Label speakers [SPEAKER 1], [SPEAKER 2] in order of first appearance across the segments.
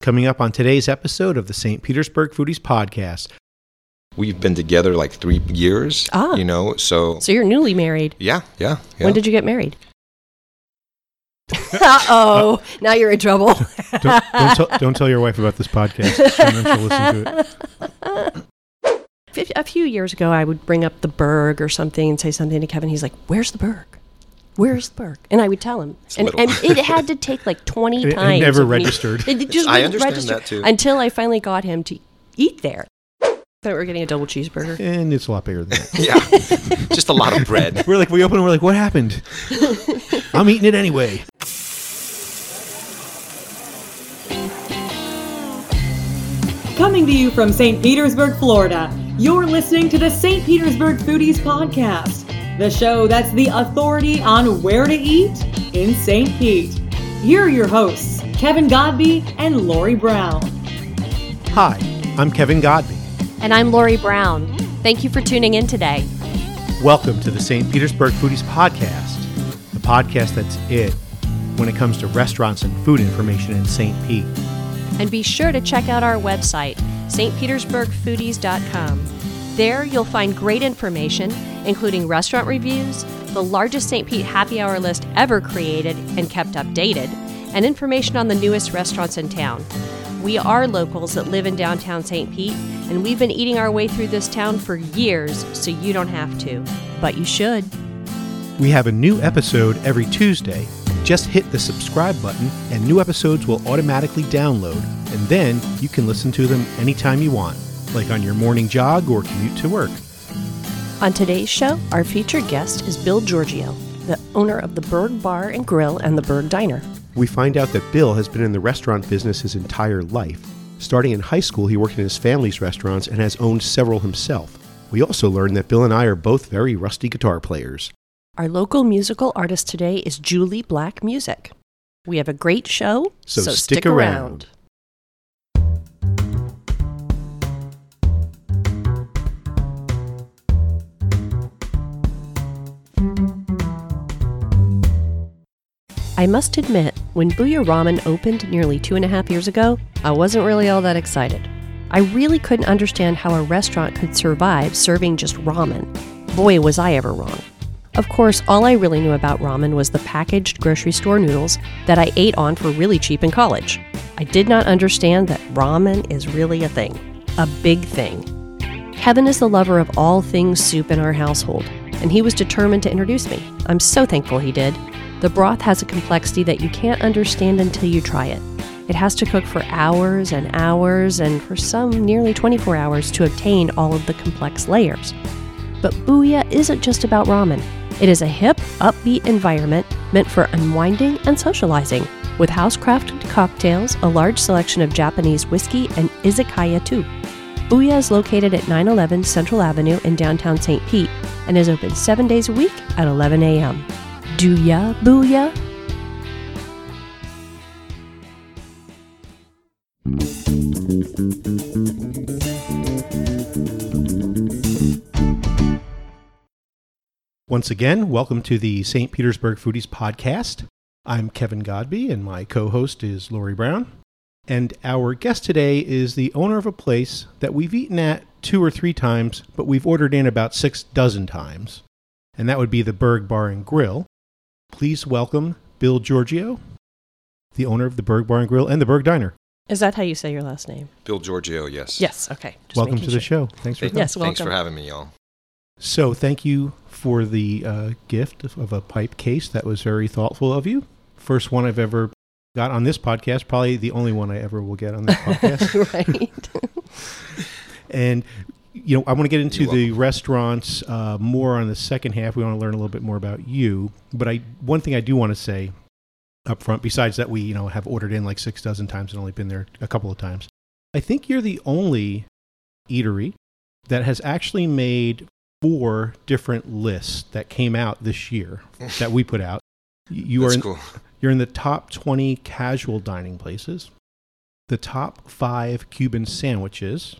[SPEAKER 1] coming up on today's episode of the St. Petersburg Foodies Podcast.
[SPEAKER 2] We've been together like three years,
[SPEAKER 3] Ah.
[SPEAKER 2] you know, so
[SPEAKER 3] So you're newly married.
[SPEAKER 2] yeah, yeah, yeah.
[SPEAKER 3] When did you get married? Uh-oh. now you're in trouble.
[SPEAKER 1] Don't, don't, tell, don't tell your wife about this podcast. Tell them to listen to it.
[SPEAKER 3] Fif- A few years ago, I would bring up the Berg or something and say something to Kevin. He's like, "Where's the Berg? Where's the Berg?" And I would tell him, and,
[SPEAKER 2] little.
[SPEAKER 3] and it had to take like twenty
[SPEAKER 1] It- it
[SPEAKER 3] times.
[SPEAKER 1] never
[SPEAKER 3] of me-
[SPEAKER 1] registered.
[SPEAKER 3] It just
[SPEAKER 2] I
[SPEAKER 3] wouldn't
[SPEAKER 2] understand
[SPEAKER 3] register
[SPEAKER 2] that, too.
[SPEAKER 3] Until I finally got him to eat there. Thought we were getting a double cheeseburger.
[SPEAKER 1] And it's a lot bigger than that.
[SPEAKER 2] Yeah, just a lot of bread.
[SPEAKER 1] We're like, we open and we're like, what happened? I'm eating it anyway.
[SPEAKER 4] Coming to you from St. Petersburg, Florida, you're listening to the St. Petersburg Foodies Podcast, the show that's the authority on where to eat in St. Pete. Here are your hosts, Kevin Godby and Lori Brown.
[SPEAKER 1] Hi, I'm Kevin Godby.
[SPEAKER 3] And I'm Lori Brown. Thank you for tuning in today.
[SPEAKER 1] Welcome to the St. Petersburg Foodies Podcast, the podcast that's it when it comes to restaurants and food information in St. Pete.
[SPEAKER 3] and be sure to check out our website, stpetersburgfoodies.com. There you'll find great information, including restaurant reviews, the largest St. Pete happy hour list ever created and kept updated, and information on the newest restaurants in town. We are locals that live in downtown St. Pete, and we've been eating our way through this town for years, so you don't have to, but you should.
[SPEAKER 1] We have a new episode every Tuesday. Just hit the subscribe button, and new episodes will automatically download, and then you can listen to them anytime you want, like on your morning jog or commute to work.
[SPEAKER 3] On today's show, our featured guest is Bill Giorgio, the owner of the Berg Bar and Grill and the Berg Diner.
[SPEAKER 1] We find out that Bill has been in the restaurant business his entire life. Starting in high school, he worked in his family's restaurants and has owned several himself. We also learn that Bill and I are both very rusty guitar players.
[SPEAKER 3] Our local musical artist today is Julie Black Music. We have a great show,
[SPEAKER 1] So
[SPEAKER 3] so,
[SPEAKER 1] stick
[SPEAKER 3] stick,
[SPEAKER 1] around.
[SPEAKER 3] around. I must admit, when Booyah Ramen opened nearly two and a half years ago, I wasn't really all that excited. I really couldn't understand how a restaurant could survive serving just ramen. Boy, was I ever wrong. Of course, all I really knew about ramen was the packaged grocery store noodles that I ate on for really cheap in college. I did not understand that ramen is really a thing, a big thing. Kevin is the lover of all things soup in our household, and he was determined to introduce me. I'm so thankful he did. The broth has a complexity that you can't understand until you try it. It has to cook for hours and hours, and for some, nearly 24 hours to obtain all of the complex layers. But Booyah isn't just about ramen. It is a hip, upbeat environment meant for unwinding and socializing, with housecrafted cocktails, a large selection of Japanese whiskey, and izakaya too. Booyah is located at 911 Central Avenue in downtown St. Pete and is open seven days a week at 11 a.m. Do ya, Booyah?
[SPEAKER 1] Once again, welcome to the St. Petersburg Foodies Podcast. I'm Kevin Godby, and my co host is Lori Brown. And our guest today is the owner of a place that we've eaten at two or three times, but we've ordered in about six dozen times. And that would be the Berg Bar and Grill. Please welcome Bill Giorgio, the owner of the Berg Bar and Grill and the Berg Diner.
[SPEAKER 3] Is that how you say your last name?
[SPEAKER 2] Bill Giorgio, yes.
[SPEAKER 3] Yes, okay. Just
[SPEAKER 1] welcome to
[SPEAKER 3] making
[SPEAKER 1] the
[SPEAKER 3] sure.
[SPEAKER 1] show. Thanks for
[SPEAKER 2] Hey,
[SPEAKER 1] coming.
[SPEAKER 3] Yes,
[SPEAKER 2] Thanks for
[SPEAKER 3] welcome.
[SPEAKER 2] having me, y'all.
[SPEAKER 1] So, thank you for the uh, gift of, of a pipe case. That was very thoughtful of you. First one I've ever got on this podcast. Probably the only one I ever will get on this podcast.
[SPEAKER 3] right.
[SPEAKER 1] and you know, I want to get into
[SPEAKER 2] You're
[SPEAKER 1] the restaurants uh, more on the second half. We want to learn a little bit more about you. But I, one thing I do want to say up front, besides that we you know have ordered in like six dozen times and only been there a couple of times, I think you're the only eatery that has actually made four different lists that came out this year that we put out. You- You are
[SPEAKER 2] That's
[SPEAKER 1] in,
[SPEAKER 2] cool.
[SPEAKER 1] you're in the top 20 casual dining places, the top five Cuban sandwiches,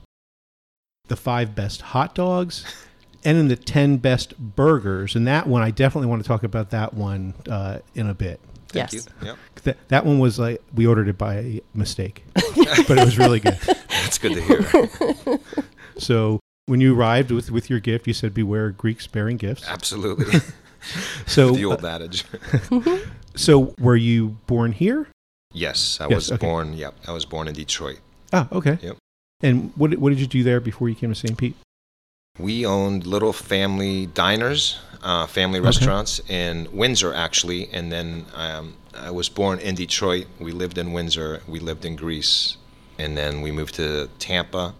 [SPEAKER 1] the five best hot dogs, and in the 10 best burgers. And that one, I definitely want to talk about that one uh, in a bit.
[SPEAKER 2] Thank
[SPEAKER 3] Yes.
[SPEAKER 2] you. Yep.
[SPEAKER 1] That, that one was like, we ordered it by mistake, but it was really good.
[SPEAKER 2] That's good to hear.
[SPEAKER 1] So when you arrived with, with your gift, you said, beware Greeks bearing gifts.
[SPEAKER 2] Absolutely.
[SPEAKER 1] So,
[SPEAKER 2] Ah, the old
[SPEAKER 1] uh,
[SPEAKER 2] adage.
[SPEAKER 1] so were you born here?
[SPEAKER 2] yes, I
[SPEAKER 1] Yes,
[SPEAKER 2] was
[SPEAKER 1] okay.
[SPEAKER 2] born. Yep, I was born in Detroit.
[SPEAKER 1] Ah, okay.
[SPEAKER 2] Yep.
[SPEAKER 1] And what, did- what did you do there before you came to St. Pete?
[SPEAKER 2] We owned little family diners, uh, family
[SPEAKER 1] Okay.
[SPEAKER 2] restaurants in Windsor, actually. And then um, I was born in Detroit. We lived in Windsor. We lived in Greece. And then we moved to Tampa,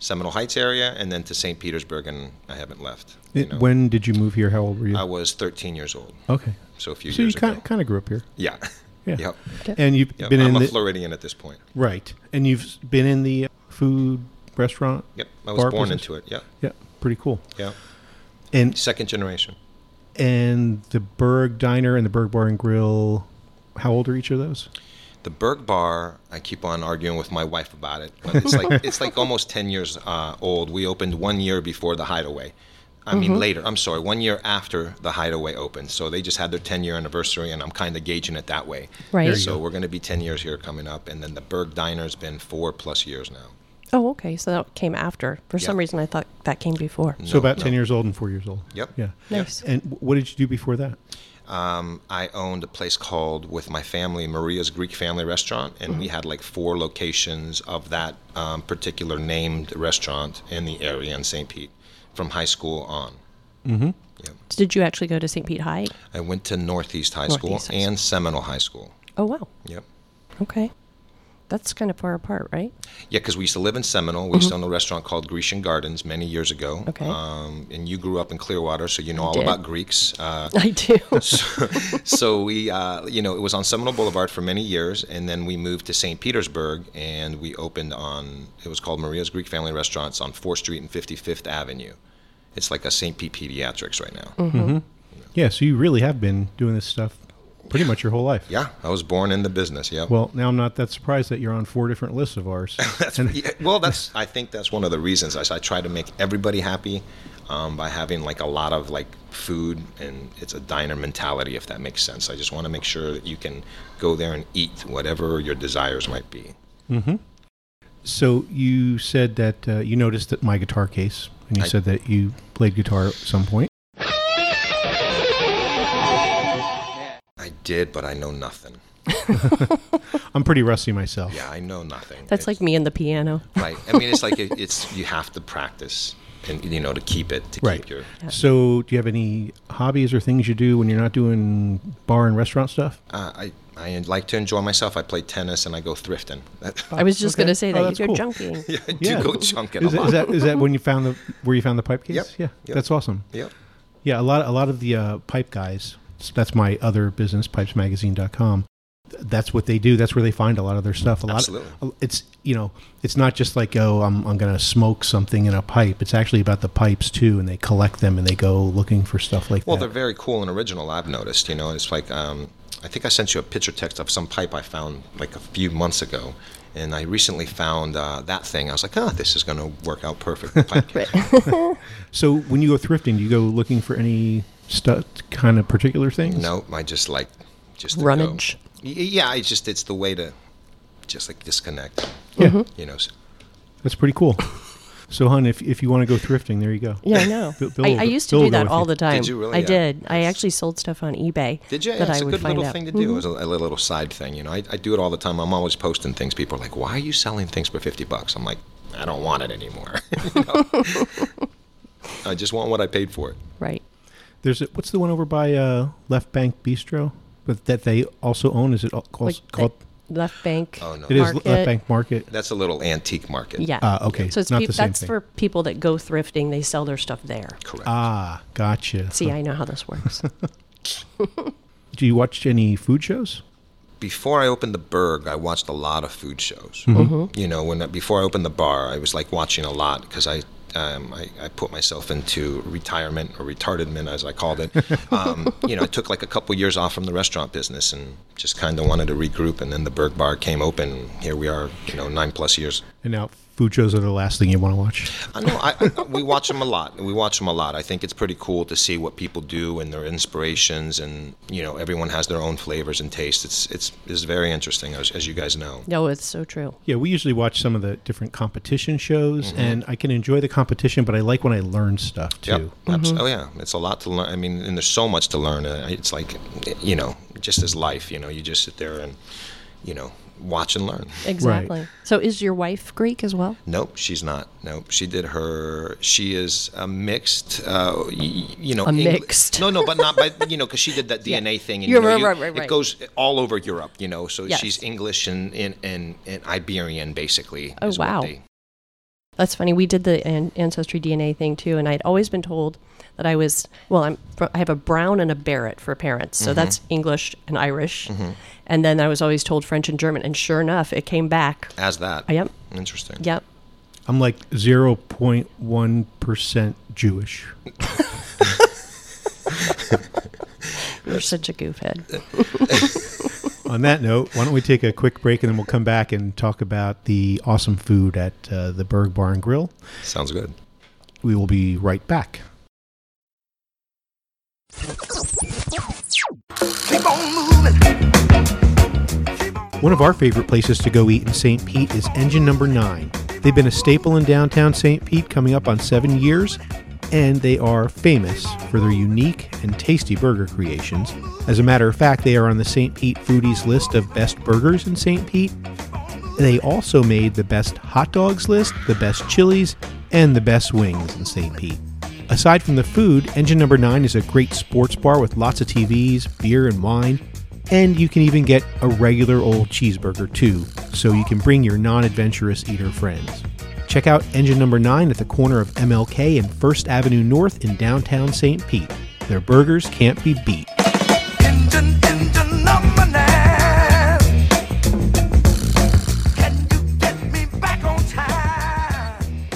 [SPEAKER 2] Seminole Heights area, and then to St. Petersburg. And I haven't left. you
[SPEAKER 1] It-
[SPEAKER 2] know.
[SPEAKER 1] when did you move here? How old were you?
[SPEAKER 2] I was 13 years old,
[SPEAKER 1] okay.
[SPEAKER 2] so a few
[SPEAKER 1] So you
[SPEAKER 2] years
[SPEAKER 1] kind
[SPEAKER 2] ago.
[SPEAKER 1] of, kind of grew up here.
[SPEAKER 2] yeah.
[SPEAKER 1] Yeah.
[SPEAKER 2] Yep.
[SPEAKER 1] And you've
[SPEAKER 2] Yep.
[SPEAKER 1] been
[SPEAKER 2] I'm
[SPEAKER 1] in
[SPEAKER 2] a
[SPEAKER 1] the,
[SPEAKER 2] Floridian at this point.
[SPEAKER 1] right. And you've been in the food restaurant.
[SPEAKER 2] Yep. I was
[SPEAKER 1] Bar
[SPEAKER 2] born
[SPEAKER 1] business.
[SPEAKER 2] into it. Yep.
[SPEAKER 1] Yeah, pretty cool.
[SPEAKER 2] Yep.
[SPEAKER 1] And
[SPEAKER 2] Second generation.
[SPEAKER 1] and the Berg Diner and the Berg Bar and Grill. How old are each of those?
[SPEAKER 2] The Berg Bar, I keep on arguing with my wife about it. But it's like it's like almost ten years uh, old. We opened one year before the Hideaway. I mean
[SPEAKER 3] Mm-hmm.
[SPEAKER 2] later. I'm sorry, one year after the Hideaway opened. So they just had their ten year anniversary, and I'm kind of gauging it that way.
[SPEAKER 3] Right. There you
[SPEAKER 2] So we're going to be ten years here coming up, and then the Berg Diner's been four plus years now.
[SPEAKER 3] Oh, okay. So that came after. For some
[SPEAKER 2] Yeah.
[SPEAKER 3] reason, I thought that came before.
[SPEAKER 1] so
[SPEAKER 2] No,
[SPEAKER 1] about
[SPEAKER 2] no.
[SPEAKER 1] ten years old and four years old.
[SPEAKER 2] Yep.
[SPEAKER 1] Yeah.
[SPEAKER 3] Nice.
[SPEAKER 1] And wh- what did you do before that?
[SPEAKER 2] Um, I owned a place called with my family Maria's Greek Family Restaurant, and
[SPEAKER 3] Mm-hmm.
[SPEAKER 2] we had like four locations of that um, particular named restaurant in the area in St. Pete from high school on.
[SPEAKER 3] Did you actually go to St. Pete High?
[SPEAKER 2] I went to Northeast High
[SPEAKER 3] Northeast High
[SPEAKER 2] School and Seminole High School.
[SPEAKER 3] Oh, wow.
[SPEAKER 2] Yep.
[SPEAKER 3] Okay. That's kind of far apart, right?
[SPEAKER 2] Yeah, because we used to live in Seminole. We used to own a restaurant called Grecian Gardens many years ago.
[SPEAKER 3] Mm-hmm. Okay.
[SPEAKER 2] Um, and you grew up in Clearwater, so you know all
[SPEAKER 3] did.
[SPEAKER 2] about Greeks. Uh,
[SPEAKER 3] I do.
[SPEAKER 2] so we, uh, you know, it was on Seminole Boulevard for many years, and then we moved to St. Petersburg, and we opened on it was called Maria's Greek Family Restaurants on Fourth Street and Fifty Fifth Avenue. It's like a St. Pete Pediatrics right now.
[SPEAKER 1] Yeah. So you really have been doing this stuff pretty much your whole life.
[SPEAKER 2] Yeah, I was born in the business. Yeah.
[SPEAKER 1] Well, now I'm not that surprised that you're on four different lists of ours.
[SPEAKER 2] That's yeah, well. That's I think that's one of the reasons I, I try to make everybody happy um, by having like a lot of like food and it's a diner mentality if that makes sense. I just want to make sure that you can go there and eat whatever your desires might be.
[SPEAKER 1] So you said that uh, you noticed that my guitar case, and you
[SPEAKER 2] I-
[SPEAKER 1] said that you played guitar at some point.
[SPEAKER 2] I did, but I know nothing.
[SPEAKER 1] I'm pretty rusty myself.
[SPEAKER 2] Yeah, I know nothing.
[SPEAKER 3] That's like me and the piano.
[SPEAKER 2] It's- right. I mean, it's like it, it's you have to practice and you know to keep it to
[SPEAKER 1] Right.
[SPEAKER 2] keep your.
[SPEAKER 1] So, do you have any hobbies or things you do when you're not doing bar and restaurant stuff?
[SPEAKER 2] Uh, I I like to enjoy myself. I play tennis and I go thrifting. That,
[SPEAKER 3] I was just
[SPEAKER 1] okay.
[SPEAKER 3] going to say
[SPEAKER 1] Oh,
[SPEAKER 3] that.
[SPEAKER 1] that's
[SPEAKER 3] You're
[SPEAKER 1] cool.
[SPEAKER 3] junking.
[SPEAKER 2] yeah, I do
[SPEAKER 1] Yeah.
[SPEAKER 2] go chunking
[SPEAKER 1] Is
[SPEAKER 2] a
[SPEAKER 1] that,
[SPEAKER 2] lot.
[SPEAKER 1] is that is that when you found the where you found the pipe case?
[SPEAKER 2] Yep.
[SPEAKER 1] Yeah,
[SPEAKER 2] Yep.
[SPEAKER 1] that's awesome.
[SPEAKER 2] Yep.
[SPEAKER 1] Yeah, a lot a lot of the uh, pipe guys. That's my other business, pipesmagazine.com. Th- That's what they do. That's where they find a lot of their stuff. A lot.
[SPEAKER 2] Absolutely.
[SPEAKER 1] a- It's you know, it's not just like oh, I'm I'm gonna smoke something in a pipe. It's actually about the pipes too, and they collect them and they go looking for stuff like
[SPEAKER 2] Well,
[SPEAKER 1] that.
[SPEAKER 2] they're very cool and original. I've noticed, you know, it's like um, I think I sent you a picture text of some pipe I found like a few months ago, and I recently found uh, that thing. I was like, oh, this is going to work out perfect. with Pipe case."
[SPEAKER 1] So when you go thrifting, do you go looking for any stu kind of particular things?
[SPEAKER 2] no, I just like just to go.
[SPEAKER 3] Rummage.
[SPEAKER 2] Y- Yeah, I just it's the way to just like disconnect,
[SPEAKER 3] Mm-hmm.
[SPEAKER 1] Yeah,
[SPEAKER 2] you know. So,
[SPEAKER 1] that's pretty cool. So, hun, if, if you want to go thrifting, there you go.
[SPEAKER 3] Yeah, I know.
[SPEAKER 1] Bill- Bill
[SPEAKER 3] I,
[SPEAKER 1] will
[SPEAKER 3] I
[SPEAKER 1] go-
[SPEAKER 3] used to
[SPEAKER 1] Bill will
[SPEAKER 3] do
[SPEAKER 1] go
[SPEAKER 3] that
[SPEAKER 1] with
[SPEAKER 3] all
[SPEAKER 1] you.
[SPEAKER 3] the time.
[SPEAKER 2] you really?
[SPEAKER 3] I
[SPEAKER 2] Yeah.
[SPEAKER 3] did. I actually sold stuff on eBay.
[SPEAKER 2] Did you? Yeah,
[SPEAKER 3] That
[SPEAKER 2] it's
[SPEAKER 3] I
[SPEAKER 2] a
[SPEAKER 3] would
[SPEAKER 2] good
[SPEAKER 3] find
[SPEAKER 2] little
[SPEAKER 3] out. Mm-hmm.
[SPEAKER 2] thing to do. It's a, a little side thing, you know. I, I do it all the time. I'm always posting things. People are like, "Why are you selling things for fifty bucks?" I'm like, "I don't want it anymore. You know? I just want what I paid for it."
[SPEAKER 3] Right.
[SPEAKER 1] There's a, what's the one over by uh, Left Bank Bistro, but that they also own? Is it al- called?
[SPEAKER 3] Like
[SPEAKER 1] called
[SPEAKER 3] the Left Bank.
[SPEAKER 2] Oh, no.
[SPEAKER 1] it is
[SPEAKER 3] Market.
[SPEAKER 1] Left Bank Market.
[SPEAKER 2] That's a little antique market.
[SPEAKER 3] Yeah.
[SPEAKER 1] Ah, okay.
[SPEAKER 3] So it's
[SPEAKER 1] Not
[SPEAKER 3] peop
[SPEAKER 1] the same
[SPEAKER 3] that's
[SPEAKER 1] thing.
[SPEAKER 3] for people that go thrifting. They sell their stuff there.
[SPEAKER 2] Correct.
[SPEAKER 1] Ah, gotcha.
[SPEAKER 3] See, I know how this works.
[SPEAKER 1] Do you watch any food shows?
[SPEAKER 2] before I opened the Berg, I watched a lot of food shows. You know, when before I opened the bar, I was like watching a lot because I, um, I I put myself into retirement or retardedment as I called it. Um, you know, I took like a couple years off from the restaurant business and just kind of wanted to regroup. And then the Berg Bar came open. Here we are. You know, nine plus years.
[SPEAKER 1] And now food shows are the last thing you want to watch.
[SPEAKER 2] I know. I, I, we watch them a lot. We watch them a lot. I think it's pretty cool to see what people do and their inspirations, and you know, everyone has their own flavors and tastes. It's it's it's very interesting, as, as you guys know.
[SPEAKER 3] No, it's so true.
[SPEAKER 1] Yeah, we usually watch some of the different competition shows, and I can enjoy the competition, but I like when I learn stuff too.
[SPEAKER 2] Yep.
[SPEAKER 3] Mm-hmm.
[SPEAKER 2] Abs- Oh yeah, it's a lot to learn. I mean, and there's so much to learn. Uh, It's like, you know, just as life. You know, you just sit there and, you know, watch and learn.
[SPEAKER 3] Exactly. So is your wife Greek as well?
[SPEAKER 2] Nope, she's not. Nope, she did her. She is a mixed. Uh, y- y- you know,
[SPEAKER 3] A
[SPEAKER 2] Engli-
[SPEAKER 3] mixed.
[SPEAKER 2] No, no, but not. But you know, because she did that DNA thing. And,
[SPEAKER 3] You're
[SPEAKER 2] you know,
[SPEAKER 3] right,
[SPEAKER 2] you-
[SPEAKER 3] right, right,
[SPEAKER 2] It
[SPEAKER 3] right.
[SPEAKER 2] goes all over Europe. You know, so
[SPEAKER 3] Yes.
[SPEAKER 2] she's English and and and, and Iberian basically.
[SPEAKER 3] Oh,
[SPEAKER 2] is what
[SPEAKER 3] wow.
[SPEAKER 2] they-
[SPEAKER 3] That's funny. We did the an- ancestry DNA thing too, and I'd always been told that I was well. I'm fr- I have a Brown and a Barrett for parents, so that's English and Irish, and then I was always told French and German. And sure enough, it came back.
[SPEAKER 2] as that.
[SPEAKER 3] Yep.
[SPEAKER 2] Interesting.
[SPEAKER 3] Yep.
[SPEAKER 1] I'm like 0.1% Jewish.
[SPEAKER 3] You're such a goofhead.
[SPEAKER 1] On that note, why don't we take a quick break and then we'll come back and talk about the awesome food at uh, the Berg Bar and Grill.
[SPEAKER 2] Sounds good.
[SPEAKER 1] We will be right back. One of our favorite places to go eat in St. Pete is Engine Number 9. They've been a staple in downtown St. Pete coming up on seven years, and they are famous for their unique and tasty burger creations. As a matter of fact, they are on the St. Pete Foodies list of best burgers in St. Pete, they also made the best hot dogs list, the best chilies, and the best wings in St. Pete. Aside from the food, Engine Number 9 is a great sports bar with lots of TVs, beer, and wine, and you can even get a regular old cheeseburger too, so you can bring your non adventurous eater friends. Check out Engine Number 9 at the corner of MLK and 1st Avenue North in downtown St. Pete. Their burgers can't be beat.
[SPEAKER 5] Engine, engine number nine. Can you get me back on time?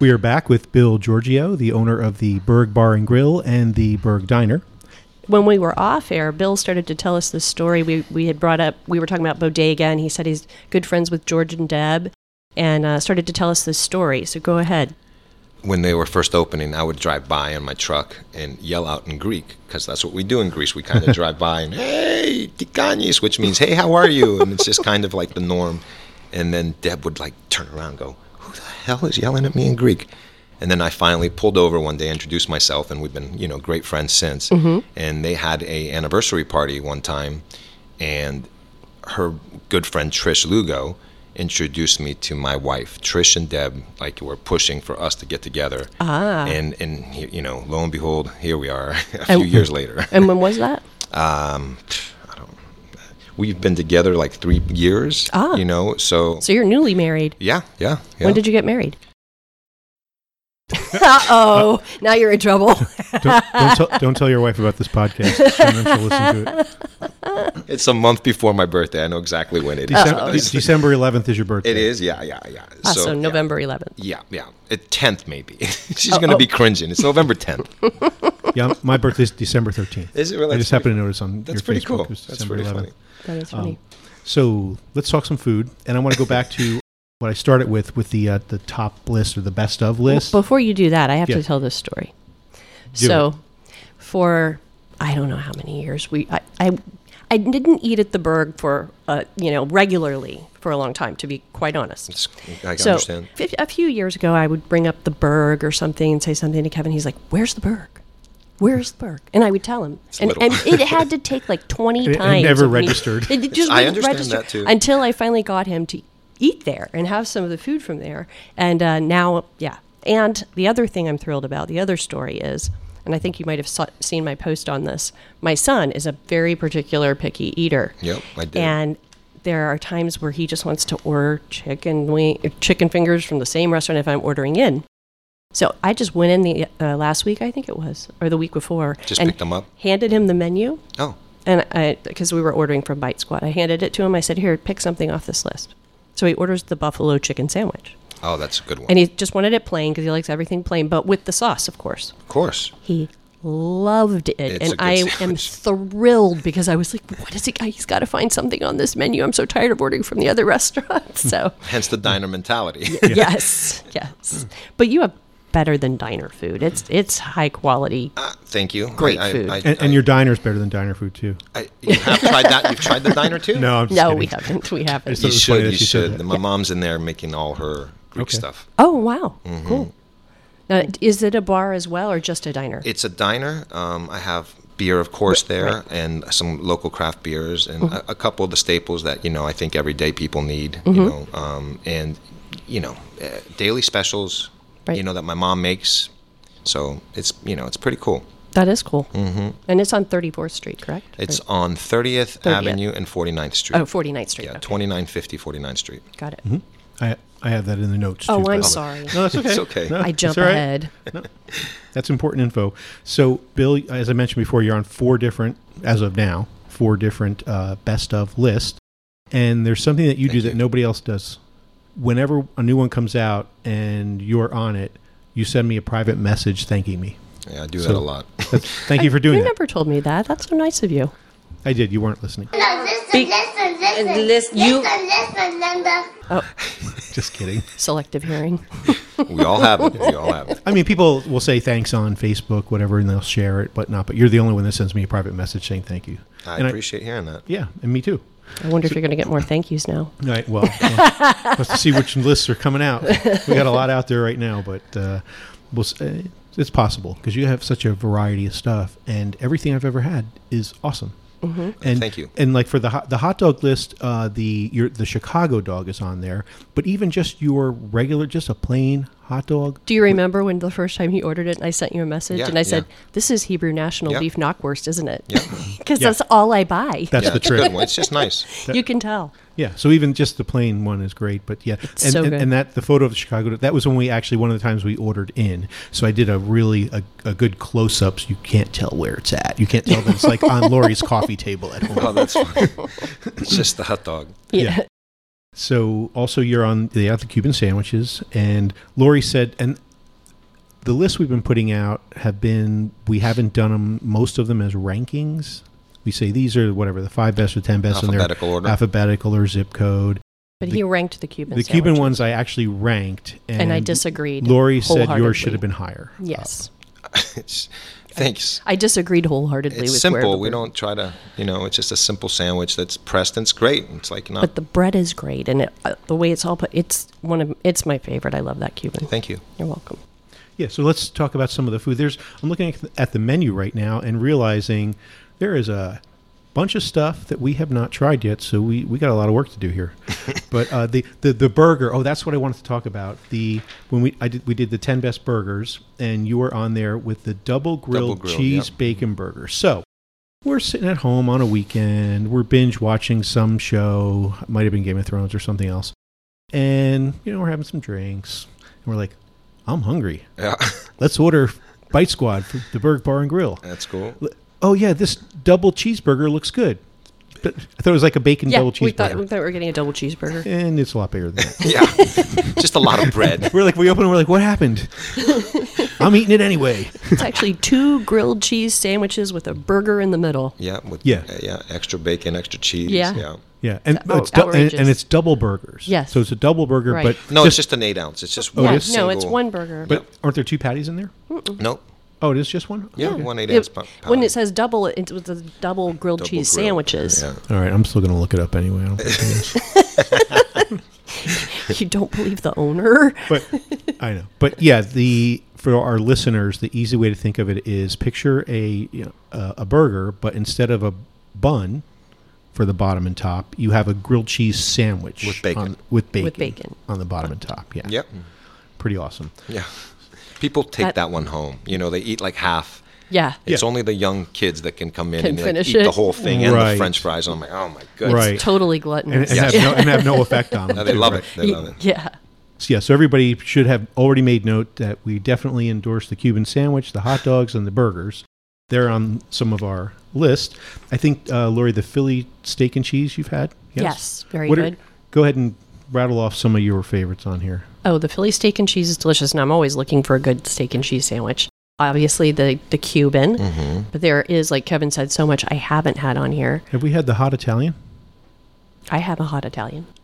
[SPEAKER 1] We are back with Bill Giorgio, the owner of the Berg Bar and Grill and the Berg Diner.
[SPEAKER 3] When we were off air, Bill started to tell us this story. We we had brought up. We were talking about Bodega, and he said he's good friends with George and Deb, and uh, started to tell us this story. So go ahead.
[SPEAKER 2] when they were first opening, I would drive by in my truck and yell out in Greek because that's what we do in Greece. We kind of drive by and hey, Tikanis, which means hey, how are you? And it's just kind of like the norm. And then Deb would like turn around, and go, who the hell is yelling at me in Greek? And then I finally pulled over one day, introduced myself, and we've been you know great friends since. And they had a anniversary party one time, and her good friend Trish Lugo introduced me to my wife. Trish and Deb like were pushing for us to get together. Ah. And and he- you know, lo and behold, here we are a few years later.
[SPEAKER 3] And when was that?
[SPEAKER 2] Um, I don't. We've been together like three years.
[SPEAKER 3] Ah.
[SPEAKER 2] You know, so.
[SPEAKER 3] So you're newly married.
[SPEAKER 2] yeah, yeah, yeah.
[SPEAKER 3] When did you get married? uh oh, now you're in trouble. Ah,
[SPEAKER 1] don't, don't, tell, don't tell your wife about this podcast. Tell them to listen to it.
[SPEAKER 2] Oh, it's a month before my birthday. I know exactly when it is.
[SPEAKER 1] December, December 11th is your birthday.
[SPEAKER 2] It is, yeah, yeah, yeah.
[SPEAKER 3] Oh, Ah, so,
[SPEAKER 2] yeah.
[SPEAKER 3] November Oh, 11th.
[SPEAKER 2] Yeah, yeah. It, 10th, maybe. She's going to be cringing. It's November 10th.
[SPEAKER 1] Yeah, my birthday is December 13th.
[SPEAKER 2] Is it really?
[SPEAKER 1] I just
[SPEAKER 2] That's
[SPEAKER 1] happened to notice on
[SPEAKER 2] That's
[SPEAKER 1] your
[SPEAKER 2] pretty
[SPEAKER 1] Facebook.
[SPEAKER 2] cool.
[SPEAKER 1] it was
[SPEAKER 2] That's
[SPEAKER 1] December
[SPEAKER 2] pretty
[SPEAKER 1] 11th.
[SPEAKER 2] funny.
[SPEAKER 3] That is funny.
[SPEAKER 1] So let's talk some food, and I want to go back to what I started with with the uh, the top list or the best of list.
[SPEAKER 3] Before you do that, I have
[SPEAKER 1] Yeah.
[SPEAKER 3] to tell this story.
[SPEAKER 1] Do
[SPEAKER 3] so, for I don't know how many years we I, I I didn't eat at the Berg for uh, you know regularly for a long time. To be quite honest,
[SPEAKER 2] It's- I
[SPEAKER 3] so
[SPEAKER 2] understand.
[SPEAKER 3] fif- a few years ago, I would bring up the Berg or something and say something to Kevin. He's like, "Where's the Berg?" Where's the Berg? And I would tell him, and,
[SPEAKER 2] little.
[SPEAKER 3] and it had to take like twenty
[SPEAKER 1] It- it
[SPEAKER 3] times.
[SPEAKER 1] never
[SPEAKER 3] of me-
[SPEAKER 1] registered.
[SPEAKER 3] It just
[SPEAKER 2] I
[SPEAKER 3] wouldn't
[SPEAKER 2] understand
[SPEAKER 3] register
[SPEAKER 2] that, too.
[SPEAKER 3] until I finally got him to eat there and have some of the food from there. And uh, now, yeah. And the other thing I'm thrilled about, the other story is, and I think you might have saw, seen my post on this. My son is a very particular picky eater.
[SPEAKER 2] Yep, I did.
[SPEAKER 3] And there are times where he just wants to order chicken wing, chicken fingers from the same restaurant if I'm ordering in. So I just went in the uh, last week, I think it was, or the week before,
[SPEAKER 2] Just
[SPEAKER 3] and
[SPEAKER 2] picked them up?
[SPEAKER 3] handed him the menu.
[SPEAKER 2] Oh,
[SPEAKER 3] And I, because we were ordering from Bite Squad, I handed it to him. I said, "Here, pick something off this list." So he orders the buffalo chicken sandwich,
[SPEAKER 2] oh, that's a good one.
[SPEAKER 3] and he just wanted it plain because he likes everything plain, but with the sauce, of course.
[SPEAKER 2] of course.
[SPEAKER 3] He loved it,
[SPEAKER 2] It's
[SPEAKER 3] and
[SPEAKER 2] a good
[SPEAKER 3] I am
[SPEAKER 2] sandwich.
[SPEAKER 3] thrilled because I was like, "What is he? He's got to find something on this menu." I'm so tired of ordering from the other restaurant. So
[SPEAKER 2] Hence the diner mentality.
[SPEAKER 3] yes, yes, but you have better than diner food. It's it's high quality.
[SPEAKER 2] Ah, Thank you.
[SPEAKER 3] Great
[SPEAKER 2] I, I-
[SPEAKER 3] food.
[SPEAKER 2] I,
[SPEAKER 1] And,
[SPEAKER 2] I-
[SPEAKER 1] and your diner's better than diner food too.
[SPEAKER 2] I- you have tried that. You've tried the diner too.
[SPEAKER 1] No, I'm just
[SPEAKER 3] No,
[SPEAKER 1] kidding.
[SPEAKER 3] we haven't. We
[SPEAKER 1] I just thought it
[SPEAKER 3] haven't.
[SPEAKER 2] you
[SPEAKER 1] was funny
[SPEAKER 2] should.
[SPEAKER 1] that
[SPEAKER 2] You
[SPEAKER 1] she said
[SPEAKER 2] should.
[SPEAKER 1] that.
[SPEAKER 2] My mom's in there making all her Greek
[SPEAKER 1] Okay.
[SPEAKER 2] stuff.
[SPEAKER 3] Oh wow,
[SPEAKER 1] Mm-hmm.
[SPEAKER 3] cool. Now, is it a bar as well, or just a diner?
[SPEAKER 2] It's a diner. Um, I have beer, of course, there, and some local craft beers, and
[SPEAKER 3] Mm-hmm.
[SPEAKER 2] a, a couple of the staples that you know I think everyday people need. You know, um, and you know, uh, daily specials.
[SPEAKER 3] Right.
[SPEAKER 2] You know that my mom makes. So it's you know it's pretty cool.
[SPEAKER 3] that is cool. Mm-hmm. And it's on 34th Street, correct?
[SPEAKER 2] It's
[SPEAKER 3] Or-
[SPEAKER 2] on 30th,
[SPEAKER 3] 30th.
[SPEAKER 2] Avenue and 49th Street.
[SPEAKER 3] oh, 49th Street.
[SPEAKER 2] Yeah,
[SPEAKER 3] okay.
[SPEAKER 2] 2950 49th Street.
[SPEAKER 3] Got
[SPEAKER 1] Mm-hmm.
[SPEAKER 3] it.
[SPEAKER 1] I I have that in the notes.
[SPEAKER 3] Oh,
[SPEAKER 1] too, by
[SPEAKER 3] I'm
[SPEAKER 1] the way.
[SPEAKER 3] sorry.
[SPEAKER 1] No, that's okay.
[SPEAKER 2] It's okay.
[SPEAKER 1] No,
[SPEAKER 3] I
[SPEAKER 1] it's
[SPEAKER 3] jump
[SPEAKER 1] all right.
[SPEAKER 3] ahead.
[SPEAKER 1] That's important info. So, Bill, as I mentioned before, you're on four different, as of now, four different uh, best of lists. And there's something that you do
[SPEAKER 2] Thank
[SPEAKER 1] that
[SPEAKER 2] you.
[SPEAKER 1] nobody else does. Whenever a new one comes out and you're on it, you send me a private message thanking me.
[SPEAKER 2] Yeah, I do
[SPEAKER 1] So-
[SPEAKER 2] that a lot.
[SPEAKER 1] That's, thank you for doing
[SPEAKER 3] You
[SPEAKER 1] that.
[SPEAKER 3] never told me that. That's so nice of you.
[SPEAKER 1] I did. You weren't listening.
[SPEAKER 6] No, listen, listen, listen. Listen,
[SPEAKER 7] you-
[SPEAKER 6] listen, Linda.
[SPEAKER 1] Just kidding.
[SPEAKER 3] Selective hearing.
[SPEAKER 2] we all have it. We all have it.
[SPEAKER 1] I mean, people will say thanks on Facebook, whatever, and they'll share it, whatnot. But you're the only one that sends me a private message saying thank you.
[SPEAKER 2] I
[SPEAKER 1] And
[SPEAKER 2] appreciate hearing that.
[SPEAKER 1] Yeah, and me too.
[SPEAKER 3] I wonder if you're going to get more thank yous now.
[SPEAKER 1] All right. Well, we'll have to see which lists are coming out. We got a lot out there right now, but uh, we'll, s- uh, it's possible because you have such a variety of stuff, and everything I've ever had is awesome. Mm-hmm. And
[SPEAKER 2] Thank you.
[SPEAKER 1] And like for the hot, the hot dog list, uh, the your the Chicago dog is on there, but even just your regular, just a plain hot dog.
[SPEAKER 3] Do you remember when the first time you ordered it and I sent you a message
[SPEAKER 2] Yeah,
[SPEAKER 3] and I said,
[SPEAKER 2] yeah.
[SPEAKER 3] This is Hebrew National
[SPEAKER 2] Yeah.
[SPEAKER 3] Beef Knockwurst, isn't it?
[SPEAKER 2] Yeah.
[SPEAKER 3] Because that's all I buy.
[SPEAKER 1] That's
[SPEAKER 2] yeah,
[SPEAKER 1] the
[SPEAKER 2] it's a good
[SPEAKER 1] trick.
[SPEAKER 2] one. It's just nice.
[SPEAKER 3] you can tell.
[SPEAKER 1] Yeah. So even just the plain one is great, but yeah, and,
[SPEAKER 3] so
[SPEAKER 1] and,
[SPEAKER 3] good.
[SPEAKER 1] and that the photo of the Chicago that was when we actually one of the times we ordered in. So I did a really a, a good close up, so you can't tell where it's at. You can't tell that it's like on Lori's coffee table at home.
[SPEAKER 2] Oh, that's funny. it's just the hot dog.
[SPEAKER 1] Yeah. So also you're on the other Cuban sandwiches, and Lori said, and the list we've been putting out have been we haven't done them most of them as rankings. We say these are whatever the five best or ten best, and they're
[SPEAKER 2] Alphabetical order.
[SPEAKER 1] alphabetical or zip code.
[SPEAKER 3] But
[SPEAKER 1] The-
[SPEAKER 3] he ranked the Cuban
[SPEAKER 1] the Cuban
[SPEAKER 3] sandwiches.
[SPEAKER 1] ones I actually ranked, and,
[SPEAKER 3] And I disagreed
[SPEAKER 1] Lori said yours
[SPEAKER 3] wholeheartedly.
[SPEAKER 1] should have been higher.
[SPEAKER 3] Yes.
[SPEAKER 2] It's- Thanks.
[SPEAKER 3] I disagreed wholeheartedly
[SPEAKER 2] It's
[SPEAKER 3] with
[SPEAKER 2] simple.
[SPEAKER 3] where
[SPEAKER 2] We
[SPEAKER 3] the,
[SPEAKER 2] don't try to, you know, it's just a simple sandwich that's pressed and it's great. It's like, not.
[SPEAKER 3] But the bread is great, and it, uh, the way it's all put, it's one of it's my favorite. I love that Cuban.
[SPEAKER 2] thank you.
[SPEAKER 3] You're welcome.
[SPEAKER 1] Yeah, so let's talk about some of the food. There's I'm looking at the- at the menu right now and realizing there is a bunch of stuff that we have not tried yet. So we, we got a lot of work to do here. but uh, the, the the burger. Oh, that's what I wanted to talk about. The when we I did we did the ten best burgers, and you were on there with the double grilled,
[SPEAKER 2] grilled,
[SPEAKER 1] cheese
[SPEAKER 2] yep.
[SPEAKER 1] bacon burger. So. We're sitting at home on a weekend. We're binge watching some show. It might have been Game of Thrones or something else. And, you know, we're having some drinks. And we're like, I'm hungry
[SPEAKER 2] Yeah,
[SPEAKER 1] let's order Bite Squad for the Berg Bar and Grill.
[SPEAKER 2] that's cool.
[SPEAKER 1] L- Oh yeah, this double cheeseburger looks good. But I thought it was like a bacon
[SPEAKER 3] Yeah,
[SPEAKER 1] double
[SPEAKER 3] we thought, we
[SPEAKER 1] cheeseburger,
[SPEAKER 3] thought we were getting a double cheeseburger.
[SPEAKER 1] and it's a lot bigger than that.
[SPEAKER 2] Yeah, just a lot of bread.
[SPEAKER 1] we're like, we open, it, we're like, what happened? I'm eating it anyway.
[SPEAKER 3] It's actually two grilled cheese sandwiches with a burger in the middle.
[SPEAKER 2] Yeah, with
[SPEAKER 1] Yeah.
[SPEAKER 2] uh, yeah, extra bacon, extra cheese.
[SPEAKER 3] Yeah.
[SPEAKER 1] Yeah, and
[SPEAKER 3] Oh,
[SPEAKER 1] it's dou- and,
[SPEAKER 3] outrageous.
[SPEAKER 1] and it's double burgers.
[SPEAKER 3] Yes.
[SPEAKER 1] so it's a double burger,
[SPEAKER 3] Right.
[SPEAKER 1] but
[SPEAKER 2] No, it's just an eight ounce. It's just one.
[SPEAKER 1] Oh, it
[SPEAKER 3] Yeah,
[SPEAKER 1] is?
[SPEAKER 3] no, it's
[SPEAKER 2] single-
[SPEAKER 3] one burger.
[SPEAKER 1] But aren't there two patties in there?
[SPEAKER 3] Mm.
[SPEAKER 2] Nope.
[SPEAKER 1] Oh, it is just one.
[SPEAKER 2] Yeah, one eight
[SPEAKER 3] It-
[SPEAKER 2] ounce. pa-
[SPEAKER 3] when
[SPEAKER 2] pound.
[SPEAKER 3] it says double, it was the double grilled
[SPEAKER 2] Double
[SPEAKER 3] cheese
[SPEAKER 2] grilled.
[SPEAKER 3] sandwiches.
[SPEAKER 2] Yeah.
[SPEAKER 1] All right, I'm still gonna look it up anyway. I don't think it is.
[SPEAKER 3] You don't believe the owner.
[SPEAKER 1] but I know. But yeah, the for our listeners, the easy way to think of it is picture a you know, a, a burger, but instead of a bun for the bottom and top, you have a grilled cheese sandwich
[SPEAKER 2] With bacon.
[SPEAKER 1] on, with bacon,
[SPEAKER 3] bacon.
[SPEAKER 1] on the bottom and top. Yeah,
[SPEAKER 2] Yep.
[SPEAKER 1] pretty awesome.
[SPEAKER 2] Yeah. People take
[SPEAKER 3] That-
[SPEAKER 2] that, one home. You know, they eat like half.
[SPEAKER 3] Yeah.
[SPEAKER 2] It's
[SPEAKER 1] Yeah.
[SPEAKER 2] only the young kids that can come in
[SPEAKER 3] Can
[SPEAKER 2] and like,
[SPEAKER 3] finish
[SPEAKER 2] eat the
[SPEAKER 3] it.
[SPEAKER 2] whole thing and
[SPEAKER 1] Right.
[SPEAKER 2] the French fries. And I'm like, oh my goodness.
[SPEAKER 1] Right.
[SPEAKER 3] Totally
[SPEAKER 1] And,
[SPEAKER 3] gluttonous.
[SPEAKER 1] and, have no, and have no effect on them.
[SPEAKER 2] No, they
[SPEAKER 1] too,
[SPEAKER 2] love
[SPEAKER 1] right.
[SPEAKER 2] it. They love it.
[SPEAKER 3] Yeah.
[SPEAKER 1] So, yeah, so everybody should have already made note that we definitely endorse the Cuban sandwich, the hot dogs, and the burgers. They're on some of our list. I think, uh, Lori, the Philly steak and cheese you've had.
[SPEAKER 3] Yes, very
[SPEAKER 1] What are-
[SPEAKER 3] good.
[SPEAKER 1] go ahead and rattle off some of your favorites on here.
[SPEAKER 3] Oh, the Philly steak and cheese is delicious, and I'm always looking for a good steak and cheese sandwich. obviously the the Cuban, but there is like Kevin said so much I haven't had on here.
[SPEAKER 1] Have we had the hot Italian?
[SPEAKER 3] I have a hot Italian.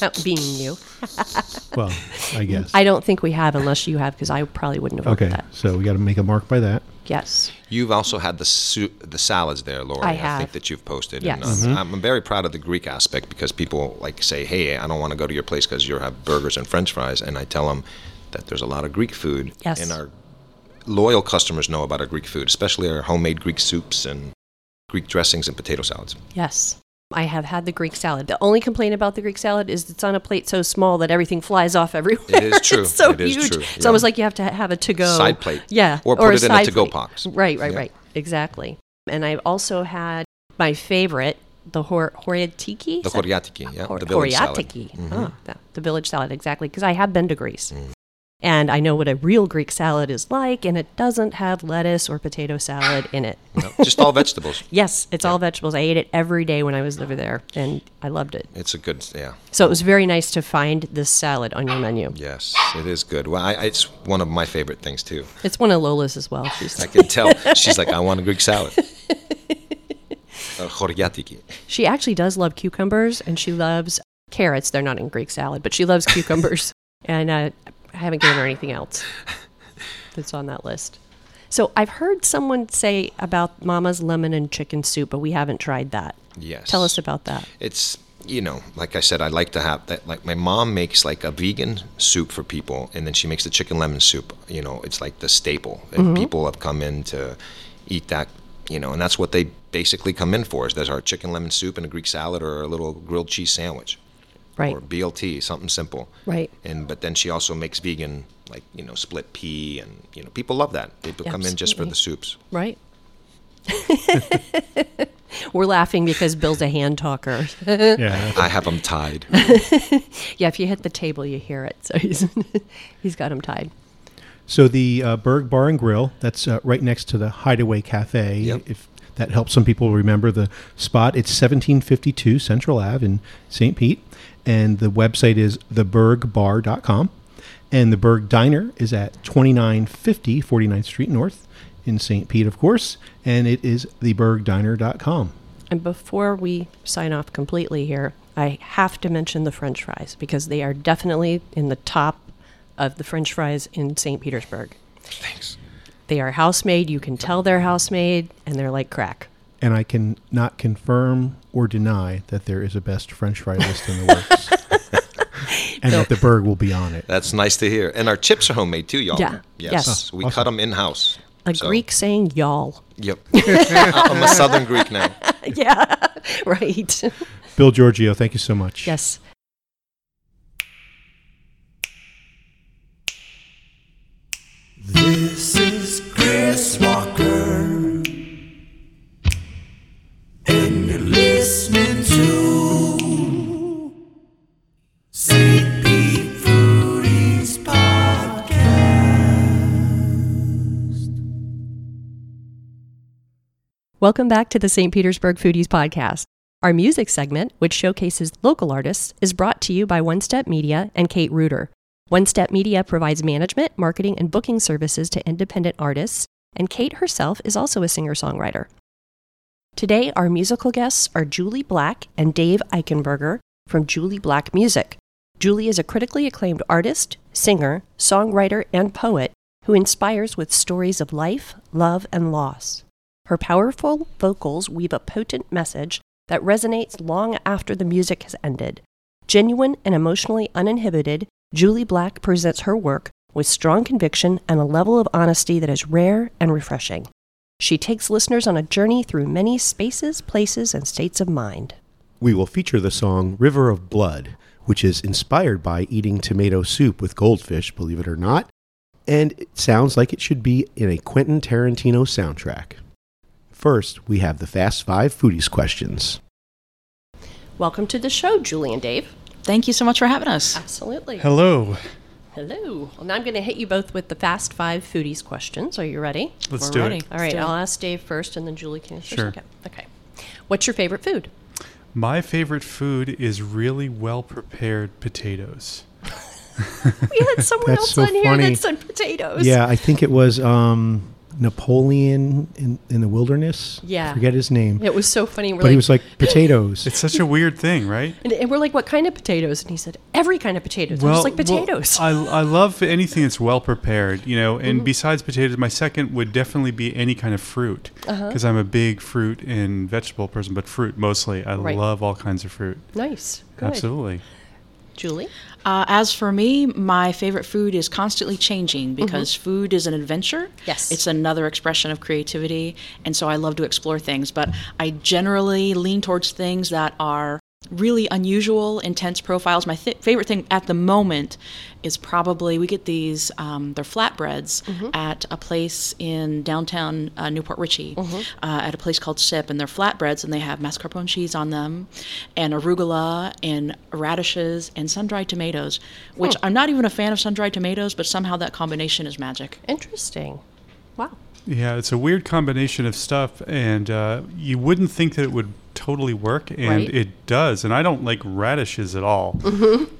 [SPEAKER 3] Not being you,
[SPEAKER 1] Well, I guess.
[SPEAKER 3] I don't think we have unless you have because I probably wouldn't have ordered
[SPEAKER 1] okay,
[SPEAKER 3] that.
[SPEAKER 1] so we got to make a mark by that.
[SPEAKER 3] Yes,
[SPEAKER 2] You've also had the su- the salads there, Lori.
[SPEAKER 3] I have.
[SPEAKER 2] think that you've posted. And,
[SPEAKER 3] Yes.
[SPEAKER 2] uh, I'm very proud of the Greek aspect because people like say, "Hey, I don't want to go to your place because you have burgers and French fries," and I tell them that there's a lot of Greek food.
[SPEAKER 3] Yes.
[SPEAKER 2] And our loyal customers know about our Greek food, especially our homemade Greek soups and Greek dressings and potato salads.
[SPEAKER 3] yes. I have had the Greek salad. The only complaint about the Greek salad is it's on a plate so small that everything flies off everywhere.
[SPEAKER 2] It is true.
[SPEAKER 3] it's so
[SPEAKER 2] It is
[SPEAKER 3] huge.
[SPEAKER 2] true,
[SPEAKER 3] It's
[SPEAKER 2] yeah.
[SPEAKER 3] almost like you have to have a to go
[SPEAKER 2] Side plate.
[SPEAKER 3] Yeah,
[SPEAKER 2] Or put it in a
[SPEAKER 3] side
[SPEAKER 2] to-go
[SPEAKER 3] plate.
[SPEAKER 2] box.
[SPEAKER 3] Right, right,
[SPEAKER 2] Yeah.
[SPEAKER 3] right. Exactly. And I've also had my favorite, the hor- horiatiki.
[SPEAKER 2] The
[SPEAKER 3] Is that-
[SPEAKER 2] horiatiki, yeah,
[SPEAKER 3] Hor-
[SPEAKER 2] the village salad.
[SPEAKER 3] horiatiki.
[SPEAKER 2] Mhm.
[SPEAKER 3] Ah, the, the village salad, exactly. Because I have been to Greece,
[SPEAKER 2] Mm.
[SPEAKER 3] and I know what a real Greek salad is like, and it doesn't have lettuce or potato salad in it.
[SPEAKER 2] No, just all vegetables.
[SPEAKER 3] Yes, it's all vegetables. I ate it every day when I was over there, and I loved it.
[SPEAKER 2] It's a good, yeah.
[SPEAKER 3] So it was very nice to find this salad on your menu.
[SPEAKER 2] Yes, it is good. Well, I, it's one of my favorite things too.
[SPEAKER 3] It's one of Lola's as well. She's
[SPEAKER 2] I can tell. She's like, I want a Greek salad. Uh, horiatiki.
[SPEAKER 3] She actually does love cucumbers and she loves carrots. They're not in Greek salad, but she loves cucumbers. and uh, I haven't given her anything else that's on that list. So I've heard someone say about Mama's lemon and chicken soup, but we haven't tried that.
[SPEAKER 2] Yes.
[SPEAKER 3] Tell us about that.
[SPEAKER 2] It's you know, like I said, I like to have that. Like my mom makes like a vegan soup for people, and then she makes the chicken lemon soup. You know, it's like the staple, and
[SPEAKER 3] Mm-hmm.
[SPEAKER 2] people have come in to eat that. You know, and that's what they basically come in for. Is there's our chicken lemon soup and a Greek salad or a little grilled cheese sandwich.
[SPEAKER 3] Right.
[SPEAKER 2] or BLT, something simple.
[SPEAKER 3] Right.
[SPEAKER 2] And but then she also makes vegan, like you know, split pea, and you know, people love that. They come in just for
[SPEAKER 3] Absolutely.
[SPEAKER 2] the soups.
[SPEAKER 3] Right. We're laughing because Bill's a hand talker.
[SPEAKER 1] Yeah.
[SPEAKER 2] I have them tied.
[SPEAKER 3] yeah, if you hit the table, you hear it. So he's, he's got him tied.
[SPEAKER 1] So the uh, Berg Bar and Grill, that's uh, right next to the Hideaway Cafe.
[SPEAKER 2] Yep.
[SPEAKER 1] If that helps some people remember the spot, it's 1752 Central Ave in St. Pete, and the website is thebergbar.com. And the Berg Diner is at 2950 49th Street North in St. Pete, of course, and it is thebergdiner.com.
[SPEAKER 3] And before we sign off completely here, I have to mention the French fries because they are definitely in the top of the French fries in St. Petersburg.
[SPEAKER 2] Thanks.
[SPEAKER 3] They are house made. You can tell they're house made, and they're like crack.
[SPEAKER 1] And I can not confirm or deny that there is a best French fry list in the works. and that the Berg will be on it.
[SPEAKER 2] That's nice to hear. And our chips are homemade too, y'all.
[SPEAKER 3] Yeah.
[SPEAKER 2] Yes.
[SPEAKER 3] Yes.
[SPEAKER 2] We cut them in house.
[SPEAKER 3] A Greek saying y'all.
[SPEAKER 2] Yep. I'm a Southern Greek now.
[SPEAKER 3] yeah, right.
[SPEAKER 1] Bill Giorgio, thank you so much.
[SPEAKER 3] yes.
[SPEAKER 7] This is Chris Walker, and you're listening to CP Foodies Podcast.
[SPEAKER 3] Welcome back to the St. Petersburg Foodies Podcast. Our music segment, which showcases local artists, is brought to you by One Step Media and Kate Reuter. One Step Media provides management, marketing, and booking services to independent artists, and Kate herself is also a singer songwriter. Today, our musical guests are Julie Black and Dave Eichenberger from Julie Black Music. Julie is a critically acclaimed artist, singer, songwriter, and poet who inspires with stories of life, love, and loss. Her powerful vocals weave a potent message that resonates long after the music has ended. Genuine and emotionally uninhibited, Julie Black presents her work with strong conviction and a level of honesty that is rare and refreshing. She takes listeners on a journey through many spaces, places, and states of mind.
[SPEAKER 8] We will feature the song River of Blood, which is inspired by eating tomato soup with goldfish, believe it or not, and it sounds like it should be in a Quentin Tarantino soundtrack. First, we have the Fast Five Foodies questions.
[SPEAKER 3] Welcome to the show, Julie and Dave.
[SPEAKER 9] Thank you so much for having us.
[SPEAKER 3] Absolutely.
[SPEAKER 10] Hello.
[SPEAKER 3] Hello. Well, now I'm going to hit you both with the fast five foodies questions. Are you ready?
[SPEAKER 10] Let's
[SPEAKER 9] We're
[SPEAKER 10] do
[SPEAKER 9] ready.
[SPEAKER 10] it.
[SPEAKER 3] All right,
[SPEAKER 9] do it.
[SPEAKER 3] I'll ask Dave first and then Julie can answer
[SPEAKER 10] Sure.
[SPEAKER 3] second. Okay. What's your favorite food?
[SPEAKER 10] My favorite food is really well prepared potatoes.
[SPEAKER 3] We had someone
[SPEAKER 1] That's
[SPEAKER 3] else
[SPEAKER 1] so
[SPEAKER 3] on here
[SPEAKER 1] funny.
[SPEAKER 3] that said potatoes.
[SPEAKER 1] Yeah, I think it was um, Napoleon in, in the wilderness.
[SPEAKER 3] Yeah.
[SPEAKER 1] I forget his name.
[SPEAKER 3] It was so funny. We're
[SPEAKER 1] but he was like potatoes.
[SPEAKER 9] It's such a weird thing, right?
[SPEAKER 3] and, and we're like, what kind of potatoes? And he said, every kind of potatoes. Well, just like potatoes. Mm-hmm.
[SPEAKER 9] Well, I, I love anything that's well prepared, you know. And besides potatoes, my second would definitely be any kind of fruit
[SPEAKER 3] Uh-huh.
[SPEAKER 9] because I'm a big fruit and vegetable person, but fruit mostly. I
[SPEAKER 3] Right.
[SPEAKER 9] love all kinds of fruit.
[SPEAKER 3] nice. Good.
[SPEAKER 9] Absolutely.
[SPEAKER 3] Julie?
[SPEAKER 10] Uh, as for me, my favorite food is constantly changing because food is an adventure.
[SPEAKER 3] Yes.
[SPEAKER 10] It's another expression of creativity. And so I love to explore things, but I generally lean towards things that are really unusual, intense profiles. My th- favorite thing at the moment is probably we get these, um, they're flatbreads at a place in downtown uh, Newport Richey uh, at a place called Sip, and they're flatbreads and they have mascarpone cheese on them and arugula and radishes and sun dried tomatoes, which I'm not even a fan of sun dried tomatoes, but somehow that combination is magic.
[SPEAKER 3] Interesting. Wow.
[SPEAKER 9] Yeah, it's a weird combination of stuff, and uh, you wouldn't think that it would totally work, and
[SPEAKER 3] Right. Mm-hmm.
[SPEAKER 9] it does. And I don't like radishes at all,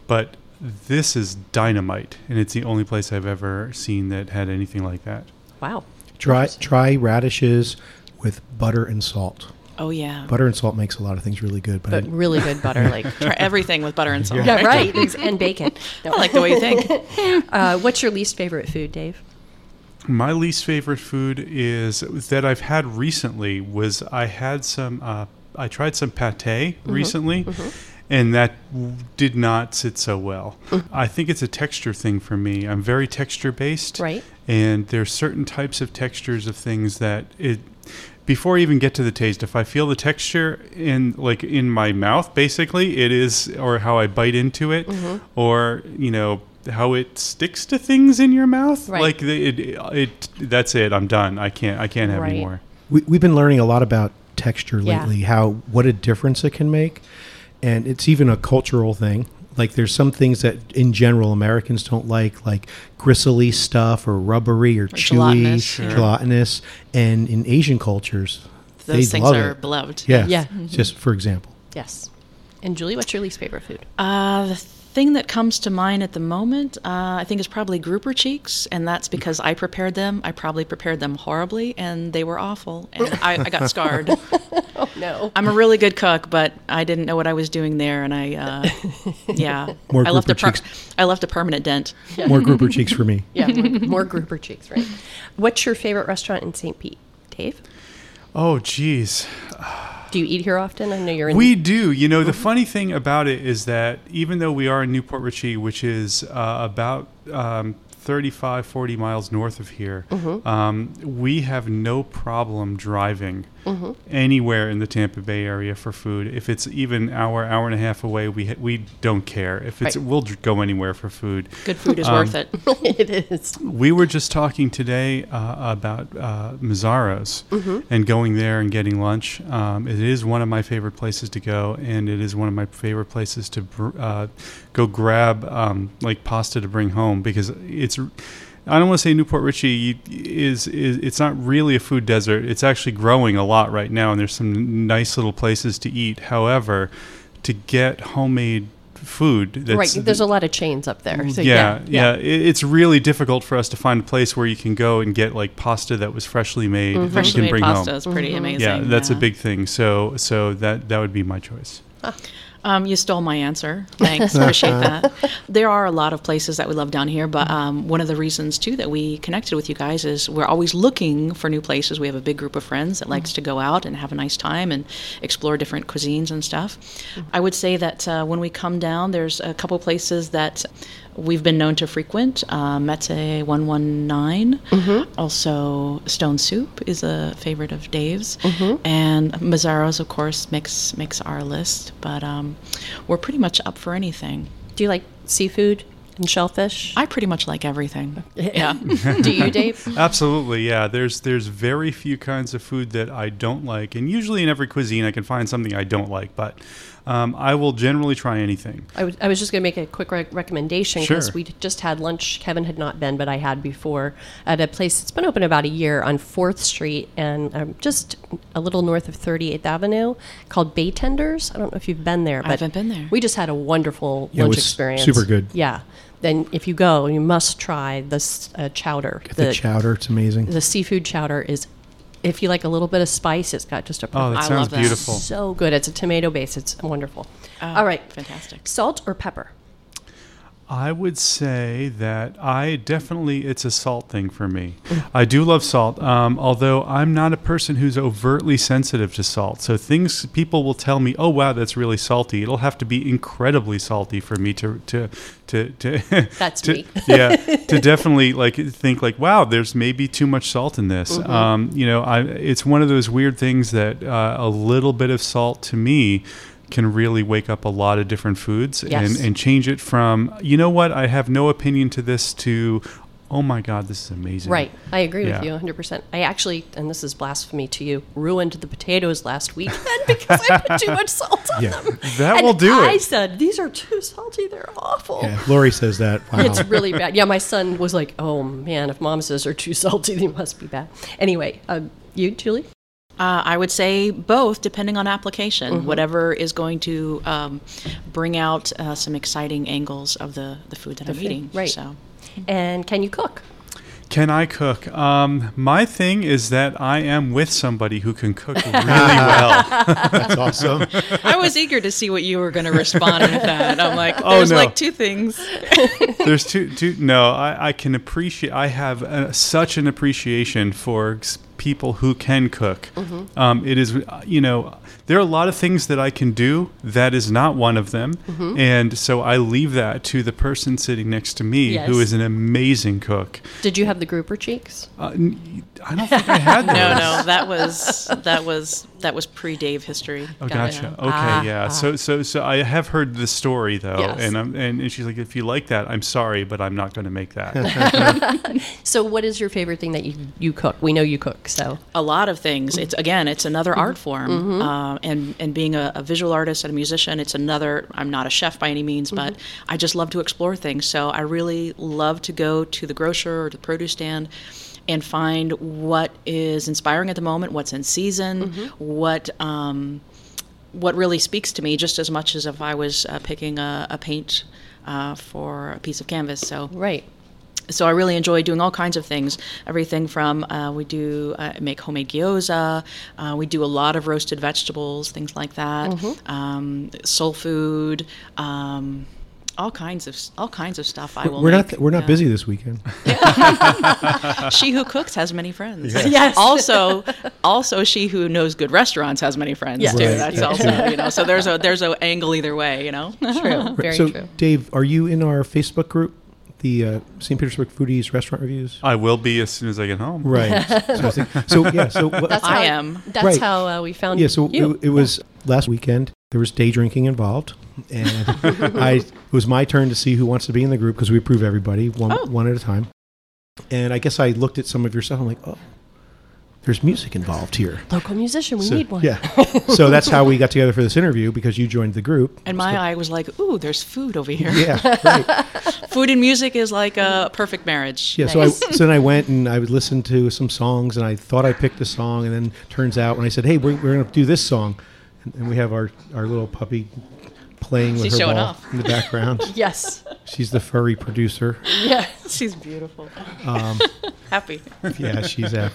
[SPEAKER 9] but this is dynamite, and it's the only place I've ever seen that had anything like that.
[SPEAKER 3] Wow.
[SPEAKER 1] try try radishes with butter and salt.
[SPEAKER 10] Oh, yeah.
[SPEAKER 1] Butter and salt makes a lot of things really good, but,
[SPEAKER 3] But
[SPEAKER 1] I-
[SPEAKER 3] really good butter. Like,
[SPEAKER 10] Try everything with butter and salt.
[SPEAKER 3] yeah, right. ex- And bacon. No.
[SPEAKER 10] I like the way you think.
[SPEAKER 3] Uh, what's your least favorite food, Dave?
[SPEAKER 9] My least favorite food is that I've had recently was I had some uh, I tried some pate
[SPEAKER 3] Mm-hmm.
[SPEAKER 9] recently, and that w- did not sit so well.
[SPEAKER 3] Mm-hmm.
[SPEAKER 9] I think it's a texture thing for me. I'm very texture based,
[SPEAKER 3] Right.
[SPEAKER 9] And there's certain types of textures of things that it before I even get to the taste, if I feel the texture in like in my mouth, basically it is, or how I bite into it,
[SPEAKER 3] Mm-hmm.
[SPEAKER 9] or you know how it sticks to things in your mouth,
[SPEAKER 3] Right.
[SPEAKER 9] like the, it, it. That's it. I'm done. I can't. I can't have
[SPEAKER 3] Right.
[SPEAKER 9] any more.
[SPEAKER 1] we, we've been learning a lot about texture
[SPEAKER 3] Yeah.
[SPEAKER 1] lately how what a difference it can make and it's even a cultural thing like there's some things that in general americans don't like like gristly stuff or rubbery or, chewy
[SPEAKER 10] gelatinous.
[SPEAKER 1] gelatinous, and in asian cultures
[SPEAKER 10] Those
[SPEAKER 1] they
[SPEAKER 10] things
[SPEAKER 1] love
[SPEAKER 10] are Mm-hmm.
[SPEAKER 1] it.
[SPEAKER 10] beloved.
[SPEAKER 1] yeah
[SPEAKER 3] Yeah.
[SPEAKER 1] just for example
[SPEAKER 3] Yes. And Julie, what's your least favorite food?
[SPEAKER 10] Uh, the thing that comes to mind at the moment, uh, I think, is probably grouper cheeks, and that's because I prepared them. I probably prepared them horribly, and they were awful, and I, I got scarred.
[SPEAKER 3] no.
[SPEAKER 10] I'm a really good cook, but I didn't know what I was doing there, and I, uh, yeah,
[SPEAKER 1] More
[SPEAKER 10] I left a
[SPEAKER 1] grouper
[SPEAKER 10] per-
[SPEAKER 1] cheeks.
[SPEAKER 10] I left a permanent dent.
[SPEAKER 1] more grouper cheeks for me
[SPEAKER 3] Yeah, more, more grouper cheeks, right? What's your favorite restaurant in St. Pete, Dave?
[SPEAKER 9] Oh, jeez.
[SPEAKER 3] Do you eat here often? I know you're in.
[SPEAKER 9] We do. You know, the funny thing about it is that even though we are in Newport Richey, which is uh, about um, 35, 40 miles north of here, um, we have no problem driving anywhere in the Tampa Bay area for food. If it's even hour, hour and a half away, we ha- we don't care. If it's
[SPEAKER 3] Right.
[SPEAKER 9] we'll dr- go anywhere for food.
[SPEAKER 10] Good food
[SPEAKER 9] Um,
[SPEAKER 10] is worth it.
[SPEAKER 3] it is.
[SPEAKER 9] We were just talking today uh, about uh, Mazzaro's
[SPEAKER 3] Mm-hmm.
[SPEAKER 9] and going there and getting lunch. Um, it is one of my favorite places to go, and it is one of my favorite places to br- uh, go grab um, like pasta to bring home because it's. I don't want to say Newport Richie is, is it's not really a food desert. It's actually growing a lot right now, and there's some nice little places to eat. However, to get homemade food that's
[SPEAKER 3] right. There's a lot of chains up there. So
[SPEAKER 9] yeah, yeah. It, it's really difficult for us to find a place where you can go and get like pasta that was freshly made that you
[SPEAKER 10] Freshly
[SPEAKER 9] can
[SPEAKER 10] made
[SPEAKER 9] bring
[SPEAKER 10] pasta
[SPEAKER 9] home.
[SPEAKER 10] is pretty amazing.
[SPEAKER 9] Yeah, that's a big thing. So, so that that would be my choice.
[SPEAKER 10] Um, you stole my answer. Thanks. Appreciate that. There are a lot of places that we love down here, but um, one of the reasons, too, that we connected with you guys is we're always looking for new places. We have a big group of friends that likes to go out and have a nice time and explore different cuisines and stuff. I would say that uh, when we come down, there's a couple places that we've been known to frequent. Uh, Mete 119,
[SPEAKER 3] Mm-hmm.
[SPEAKER 10] also Stone Soup is a favorite of Dave's,
[SPEAKER 3] Mm-hmm.
[SPEAKER 10] and Mazzaro's, of course, makes makes our list. But um, we're pretty much up for anything.
[SPEAKER 3] Do you like seafood and shellfish?
[SPEAKER 10] I pretty much like everything.
[SPEAKER 3] yeah. Do you, Dave?
[SPEAKER 9] Absolutely, yeah. There's there's very few kinds of food that I don't like, and usually in every cuisine I can find something I don't like, but um, I will generally try anything.
[SPEAKER 3] I was- I was just going to make a quick rec recommendation because
[SPEAKER 9] Sure.
[SPEAKER 3] we just had lunch. Kevin had not been, but I had before at a place that's been open about a year on 4th Street and um, just a little north of 38th Avenue called Bay Tenders. I don't know if you've been there, but
[SPEAKER 10] haven't been there.
[SPEAKER 3] we just had a wonderful
[SPEAKER 1] Yeah, it
[SPEAKER 3] lunch
[SPEAKER 1] was
[SPEAKER 3] experience.
[SPEAKER 1] super good.
[SPEAKER 3] Yeah. then if you go, you must try this uh, chowder.
[SPEAKER 1] The, chowder, it's amazing.
[SPEAKER 3] The seafood chowder is, if you like a little bit of spice, it's got just a.
[SPEAKER 9] Oh, that
[SPEAKER 3] I
[SPEAKER 9] sounds
[SPEAKER 3] love
[SPEAKER 9] beautiful.
[SPEAKER 3] So good. It's a tomato base. It's wonderful. All right,
[SPEAKER 10] fantastic.
[SPEAKER 3] Salt or pepper?
[SPEAKER 9] I would say that I definitely it's a salt thing for me. I do love salt, um, although I'm not a person who's overtly sensitive to salt. So things people will tell me, "Oh wow, that's really salty." It'll have to be incredibly salty for me to to to to.
[SPEAKER 3] That's
[SPEAKER 9] to,
[SPEAKER 3] me.
[SPEAKER 9] yeah, to definitely like think like, "Wow, there's maybe too much salt in this."
[SPEAKER 3] Mhm.
[SPEAKER 9] Um, you know, I it's one of those weird things that uh, a little bit of salt to me can really wake up a lot of different foods
[SPEAKER 11] Yes.
[SPEAKER 9] and, and change it from you know what i have no opinion to this to oh my god this is amazing
[SPEAKER 3] Right. I agree
[SPEAKER 9] Yeah.
[SPEAKER 3] with you 100%. I actually, and this is blasphemy to you, ruined the potatoes last week then because I put too much salt on
[SPEAKER 9] Yeah.
[SPEAKER 3] them.
[SPEAKER 9] That
[SPEAKER 3] And
[SPEAKER 9] will do
[SPEAKER 3] I
[SPEAKER 9] it.
[SPEAKER 3] said, these are too salty. They're awful.
[SPEAKER 1] Yeah, Lori says that. Wow.
[SPEAKER 3] It's really bad. Yeah, my son was like, oh man, if mom says they're too salty, they must be bad. Anyway, uh, you, Julie?
[SPEAKER 10] Uh, I would say both, depending on application.
[SPEAKER 3] Mhm.
[SPEAKER 10] Whatever is going to um, bring out uh, some exciting angles of the, the food that
[SPEAKER 3] The
[SPEAKER 10] I'm
[SPEAKER 3] food,
[SPEAKER 10] eating.
[SPEAKER 3] right.
[SPEAKER 10] So.
[SPEAKER 3] And can you cook?
[SPEAKER 9] can i cook um, my thing is that i am with somebody who can cook really well
[SPEAKER 10] That's
[SPEAKER 1] awesome
[SPEAKER 10] I was eager to see what you were going to respond with that. I'm like,
[SPEAKER 9] Oh,
[SPEAKER 10] there's
[SPEAKER 9] no.
[SPEAKER 10] like two things.
[SPEAKER 9] There's two, two. No, I, I can appreciate. I have uh such an appreciation for s- people who can cook.
[SPEAKER 3] Mm-hmm.
[SPEAKER 11] Mhm.
[SPEAKER 9] Um, it is, uh, you know, there are a lot of things that I can do. That is not one of them,
[SPEAKER 3] Mm-hmm.
[SPEAKER 11] Mhm.
[SPEAKER 9] and so I leave that to the person sitting next to me, who
[SPEAKER 3] Yes.
[SPEAKER 9] is an amazing cook.
[SPEAKER 3] Did you have the grouper cheeks?
[SPEAKER 9] Uh, n- I don't think I had
[SPEAKER 10] no,
[SPEAKER 9] those.
[SPEAKER 10] no, that was that was that was pre Dave history.
[SPEAKER 9] Oh,
[SPEAKER 10] Got it.
[SPEAKER 9] gotcha. Okay,
[SPEAKER 10] Ah,
[SPEAKER 9] yeah.
[SPEAKER 10] ah.
[SPEAKER 9] So, so, so I have heard the story though,
[SPEAKER 3] Yes.
[SPEAKER 9] and I'm, and and she's like, if you like that, I'm sorry, but I'm not going to make that.
[SPEAKER 3] so, what is your favorite thing that you, you cook? We know you cook, so.
[SPEAKER 10] a lot of things. It's again, it's another
[SPEAKER 9] Mm-hmm.
[SPEAKER 10] art form,
[SPEAKER 3] Mhm.
[SPEAKER 10] Uh, and and being a, a visual artist and a musician, it's another. I'm not a chef by any means, but
[SPEAKER 9] Mm-hmm.
[SPEAKER 10] I just love to explore things. So I really love to go to the grocer or the produce stand. And find what is inspiring at the moment, what's in season,
[SPEAKER 9] Mm-hmm.
[SPEAKER 10] what um, what really speaks to me, just as much as if I was uh, picking a, a paint uh, for a piece of canvas. So
[SPEAKER 3] right.
[SPEAKER 10] So I really enjoy doing all kinds of things. Everything from uh, we do uh, make homemade gyoza. Uh, we do a lot of roasted vegetables, things like that.
[SPEAKER 3] Mhm.
[SPEAKER 10] Um, soul food. Um, all kinds of all kinds of stuff. I
[SPEAKER 1] We're-
[SPEAKER 10] will.
[SPEAKER 1] we're
[SPEAKER 10] make,
[SPEAKER 1] not we're not
[SPEAKER 10] yeah.
[SPEAKER 1] busy this weekend.
[SPEAKER 10] she who cooks has many friends.
[SPEAKER 1] Yes.
[SPEAKER 3] Yes.
[SPEAKER 10] Also, also she who knows good restaurants has many friends
[SPEAKER 3] Yes.
[SPEAKER 10] too.
[SPEAKER 3] Right,
[SPEAKER 10] That's
[SPEAKER 3] yeah,
[SPEAKER 10] also
[SPEAKER 3] true.
[SPEAKER 10] you know. So there's a there's a angle either way. You know.
[SPEAKER 3] True.
[SPEAKER 1] Right, so, Dave, are you in our Facebook group, the uh, St. Petersburg Foodies Restaurant Reviews?
[SPEAKER 9] I will be as soon as I get home.
[SPEAKER 1] Right. so, I think- so, yeah. So what-
[SPEAKER 3] That's how,
[SPEAKER 10] I am.
[SPEAKER 3] That's
[SPEAKER 1] Right.
[SPEAKER 3] how uh, we found
[SPEAKER 1] yeah. So it-
[SPEAKER 3] you.
[SPEAKER 1] It, was last weekend. There was day drinking involved, and I it was my turn to see who wants to be in the group because we approve everybody one
[SPEAKER 3] Oh.
[SPEAKER 1] one at a time. And I guess I looked at some of your stuff. I'm like, oh, there's music involved here.
[SPEAKER 3] Local musician, we
[SPEAKER 1] so,
[SPEAKER 3] need one.
[SPEAKER 1] Yeah. so that's how we got together for this interview because you joined the group.
[SPEAKER 10] And my eye was like, ooh, there's food over here.
[SPEAKER 1] Yeah,
[SPEAKER 10] food and music is like a perfect marriage.
[SPEAKER 1] Yeah, so, I, so then I went and I would listen to some songs, and I thought I picked a song, and then turns out when I said, "Hey, we're, we're going to do this song," and, and we have our, our little puppy playing with
[SPEAKER 10] She's
[SPEAKER 1] her
[SPEAKER 10] showing
[SPEAKER 1] ball
[SPEAKER 10] off.
[SPEAKER 1] in the background.
[SPEAKER 3] yes.
[SPEAKER 1] she's the furry producer.
[SPEAKER 3] Yeah.
[SPEAKER 10] She's beautiful.
[SPEAKER 1] Um,
[SPEAKER 10] Happy.
[SPEAKER 1] Yeah, she's happy.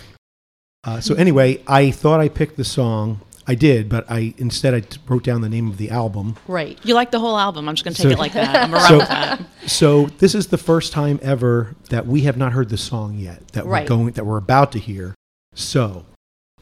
[SPEAKER 1] Uh, so anyway, I thought I picked the song. I did, but I instead I t- wrote down the name of the album.
[SPEAKER 3] Right.
[SPEAKER 10] You like the whole album. I'm just going to
[SPEAKER 1] So-
[SPEAKER 10] take it like that. I'm around
[SPEAKER 1] so,
[SPEAKER 10] with that.
[SPEAKER 1] so this is the first time ever that we have not heard the song yet that
[SPEAKER 10] Right.
[SPEAKER 1] we're going that we're about to hear. So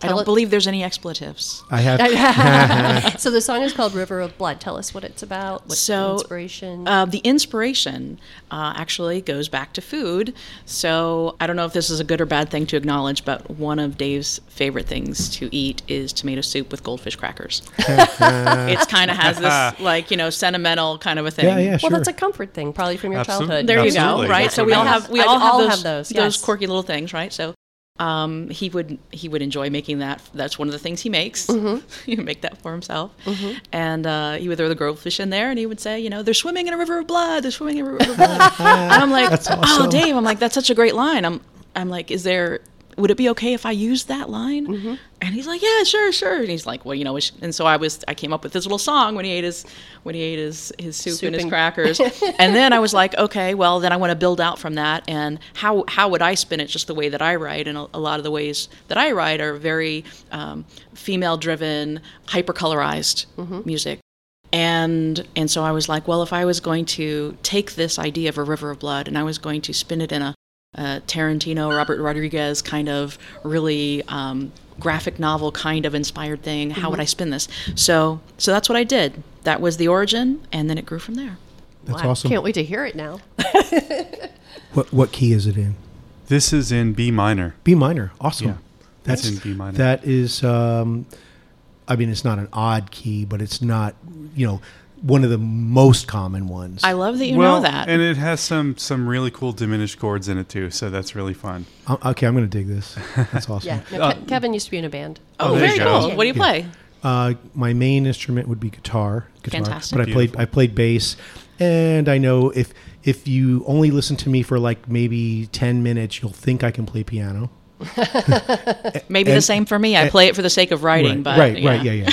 [SPEAKER 10] I don't believe there's any expletives.
[SPEAKER 1] I have
[SPEAKER 3] so the song is called River of Blood. Tell us what it's about. What's
[SPEAKER 10] So,
[SPEAKER 3] the inspiration?
[SPEAKER 10] Uh, the inspiration uh, actually goes back to food. So I don't know if this is a good or bad thing to acknowledge, but one of Dave's favorite things to eat is tomato soup with goldfish crackers. it kind of has this, like, you know, sentimental kind of a thing.
[SPEAKER 3] Well, that's a comfort thing, probably from your
[SPEAKER 10] Absol-
[SPEAKER 3] childhood.
[SPEAKER 10] There you go. Right. So we all have we
[SPEAKER 3] I
[SPEAKER 10] all have those
[SPEAKER 3] yes.
[SPEAKER 10] quirky little things, right? So um, he would he would enjoy making that. That's one of the things he makes. he would make that for himself,
[SPEAKER 3] Mhm.
[SPEAKER 10] and uh, he would throw the goldfish in there, and he would say, you know, they're swimming in a river of blood. They're swimming
[SPEAKER 1] Uh,
[SPEAKER 10] in a river of blood. and I'm like,
[SPEAKER 7] That's
[SPEAKER 10] oh,
[SPEAKER 7] awesome.
[SPEAKER 10] Dave. I'm like, that's such a great line. I'm I'm like, is there would it be okay if I used that line? Mm-hmm. And he's like, yeah, sure, sure. And he's like, well, you know, it's- and so I was, I came up with this little song when he ate his, when he ate his, his soup,
[SPEAKER 3] Soup
[SPEAKER 10] and his
[SPEAKER 3] and-
[SPEAKER 10] crackers. and then I was like, okay, well, then I want to build out from that. And how, how would I spin it just the way that I write? And a, a lot of the ways that I write are very um, female driven, hyper colorized
[SPEAKER 7] Mm-hmm.
[SPEAKER 10] music and and so I was like, well, if I was going to take this idea of a river of blood and I was going to spin it in a, uh Tarantino, Robert Rodriguez kind of really um, graphic novel kind of inspired thing, how would I spin this? So so that's what I did. That was the origin, and then it grew from there.
[SPEAKER 1] That's
[SPEAKER 3] I
[SPEAKER 1] awesome.
[SPEAKER 3] can't wait to hear it now.
[SPEAKER 1] What what key is it in?
[SPEAKER 9] This is in B minor.
[SPEAKER 1] B minor. Awesome.
[SPEAKER 9] Yeah.
[SPEAKER 1] That's
[SPEAKER 9] It's in B minor.
[SPEAKER 1] That is um I mean it's not an odd key, but it's not, you know, one of the most common ones.
[SPEAKER 10] I love that you
[SPEAKER 9] well,
[SPEAKER 10] know that.
[SPEAKER 9] and it has some some really cool diminished chords in it too, so that's really fun.
[SPEAKER 1] Uh, okay, I'm going to dig this. That's awesome.
[SPEAKER 3] Yeah. No, Ke- Kevin used to be in a band.
[SPEAKER 10] oh,
[SPEAKER 9] there
[SPEAKER 10] very
[SPEAKER 9] you go.
[SPEAKER 10] cool. What do you play?
[SPEAKER 1] Uh, my main instrument would be guitar. guitar
[SPEAKER 10] Fantastic.
[SPEAKER 1] But I played
[SPEAKER 9] Beautiful.
[SPEAKER 1] I played bass, and I know if if you only listen to me for like maybe ten minutes, you'll think I can play piano.
[SPEAKER 10] Maybe the same for me. I play it for the sake of writing,
[SPEAKER 1] right,
[SPEAKER 10] but
[SPEAKER 1] right,
[SPEAKER 10] yeah.
[SPEAKER 1] right, yeah, yeah.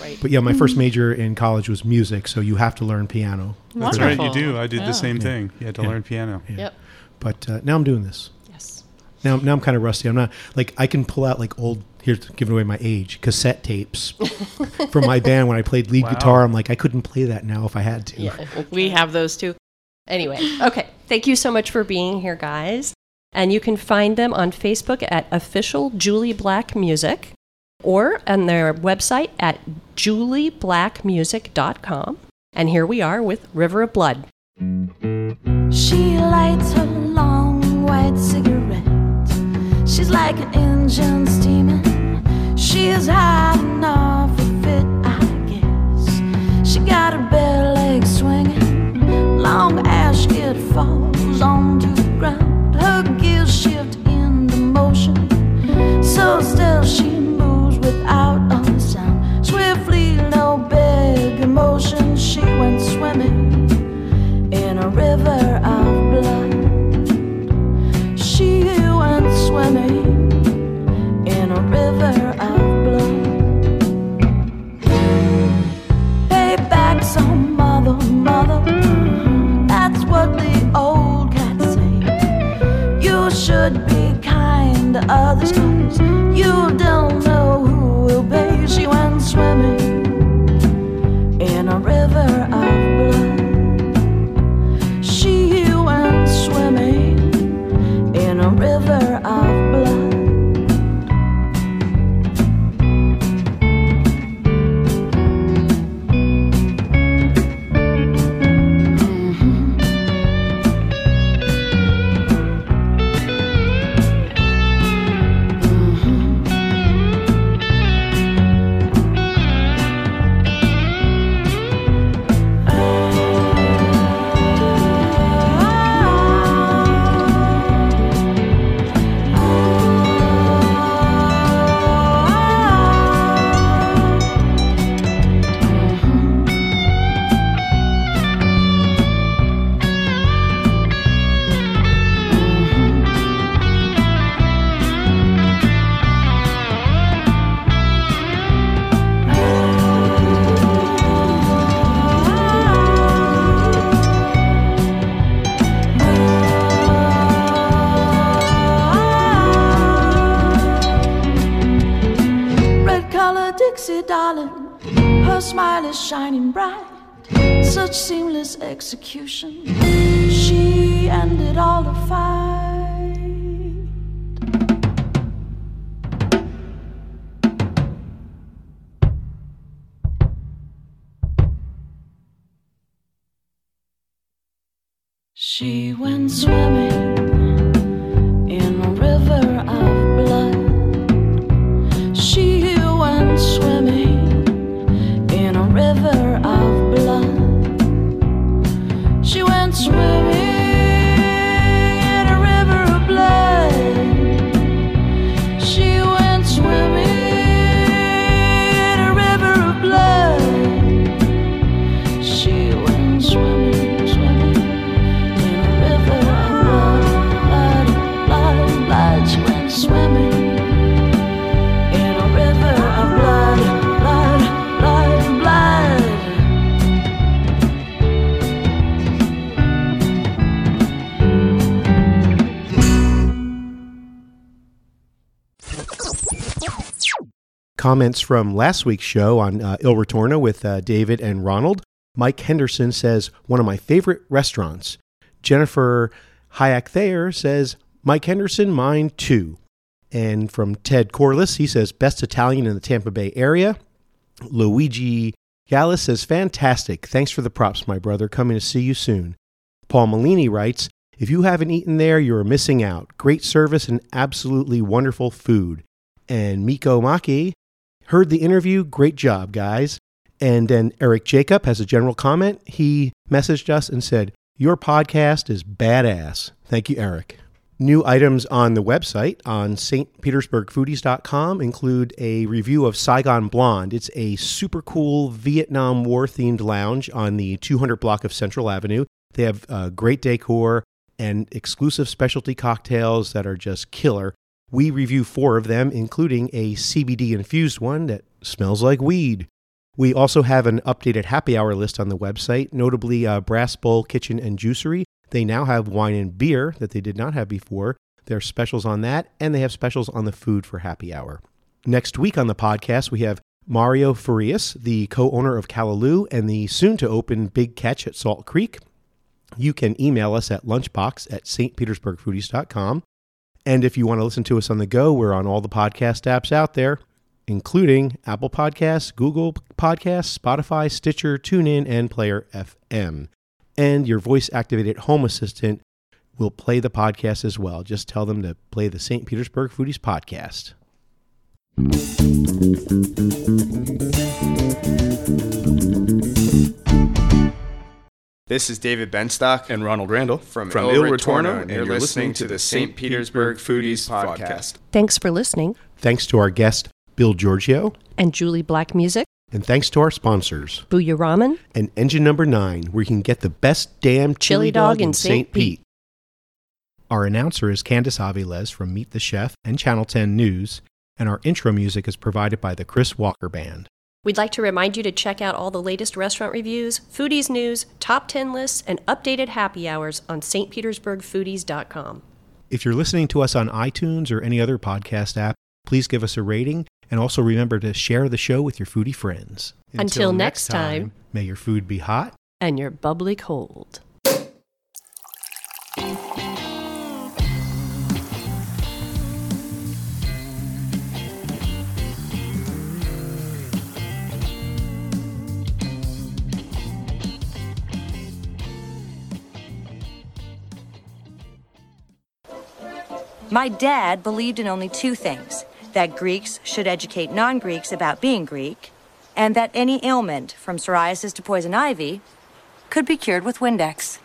[SPEAKER 3] Right.
[SPEAKER 1] But yeah, my first major in college was music, so you have to learn piano.
[SPEAKER 9] That's
[SPEAKER 10] Wonderful.
[SPEAKER 9] right, you do. I did
[SPEAKER 10] Yeah.
[SPEAKER 9] the same thing. You had to learn piano.
[SPEAKER 3] Yep.
[SPEAKER 1] But uh, now I'm doing this.
[SPEAKER 3] Yes.
[SPEAKER 1] Now, now I'm kind of rusty. I'm not like I can pull out like old. Here's giving away my age cassette tapes from my band when I played lead
[SPEAKER 9] Wow.
[SPEAKER 1] guitar. I'm like I couldn't play that now if I had to.
[SPEAKER 3] Yeah.
[SPEAKER 10] We have those too.
[SPEAKER 3] Anyway, okay. Thank you so much for being here, guys. And you can find them on Facebook at Official Julie Black Music or on their website at julieblackmusic.com. And here we are with River of Blood.
[SPEAKER 11] She lights her long white cigarette. She's like an engine steaming. She's hot enough of it, I guess. She got her bare legs swinging. Long as it falls onto the ground. Her gears shift in the motion. So still she moves without a sound. Swiftly, no big emotion. She went swimming in a river of blood. She went swimming in a river of blood. Pay back some mother, mother. That's what the old cats say. You should be kind to others, cause you don't know who will pay. She went swimming in a river of blood. She went swimming in a river of blood. Red color Dixie, darling. Her smile is shining bright. Such seamless execution. She ended all the fight. She went swimming in a river of blood. She went swimming in a river of blood. She went swimming in a river of blood. She went swimming in a river of blood. She went swimming, swimming. In a river of blood, blood, blood, blood, she went
[SPEAKER 1] comments from last week's show on uh, Il Retorno with uh, David and Ronald, Mike Henderson says, one of my favorite restaurants. Jennifer Hayek Thayer says, Mike Henderson, mine too. And from Ted Corliss, he says, best Italian in the Tampa Bay area. Luigi Gallis says, fantastic. Thanks for the props, my brother. Coming to see you soon. Paul Molini writes, if you haven't eaten there, you are missing out. Great service and absolutely wonderful food. And Miko Maki heard the interview. Great job, guys. And then Eric Jacob has a general comment. He messaged us and said, Your podcast is badass. Thank you, Eric. New items on the website on stpetersburgfoodies.com include a review of Saigon Blonde. It's a super cool Vietnam War themed lounge on the 200 block of Central Avenue. They have uh, great decor and exclusive specialty cocktails that are just killer. We review four of them, including a CBD infused one that smells like weed. We also have an updated happy hour list on the website, notably uh, Brass Bowl Kitchen and Juicery. They now have wine and beer that they did not have before. There are specials on that, and they have specials on the food for happy hour. Next week on the podcast, we have Mario Farias, the co owner of Callaloo and the soon to open Big Catch at Salt Creek. You can email us at lunchbox at stpetersburgfoodies.com. And if you want to listen to us on the go, we're on all the podcast apps out there, including Apple Podcasts, Google Podcasts, Spotify, Stitcher, TuneIn, and Player FM. And your voice activated home assistant will play the podcast as well. Just tell them to play the St. Petersburg Foodies podcast.
[SPEAKER 2] This is David Benstock
[SPEAKER 12] and Ronald Randall
[SPEAKER 2] from,
[SPEAKER 12] from
[SPEAKER 2] Il
[SPEAKER 12] Il
[SPEAKER 2] Retorno,
[SPEAKER 12] Retorno,
[SPEAKER 2] and you're listening to the St. Petersburg Foodies Podcast.
[SPEAKER 3] Thanks for listening.
[SPEAKER 1] Thanks to our guest, Bill Giorgio,
[SPEAKER 3] And Julie Black Music,
[SPEAKER 1] and thanks to our sponsors
[SPEAKER 3] Booyah Ramen,
[SPEAKER 1] and Engine Number 9, where you can get the best damn chili,
[SPEAKER 3] Chili dog in St. Pete.
[SPEAKER 13] Our announcer is Candice Aviles from Meet the Chef and Channel 10 News, and our intro music is provided by the Chris Walker Band.
[SPEAKER 3] We'd like to remind you to check out all the latest restaurant reviews, foodies news, top 10 lists, and updated happy hours on stpetersburgfoodies.com.
[SPEAKER 13] If you're listening to us on iTunes or any other podcast app, please give us a rating and also remember to share the show with your foodie friends.
[SPEAKER 3] Until next time.
[SPEAKER 13] may your food be hot.
[SPEAKER 3] And your bubbly cold.
[SPEAKER 7] My dad believed in only two things that Greeks should educate non Greeks about being Greek, and that any ailment, from psoriasis to poison ivy, could be cured with Windex.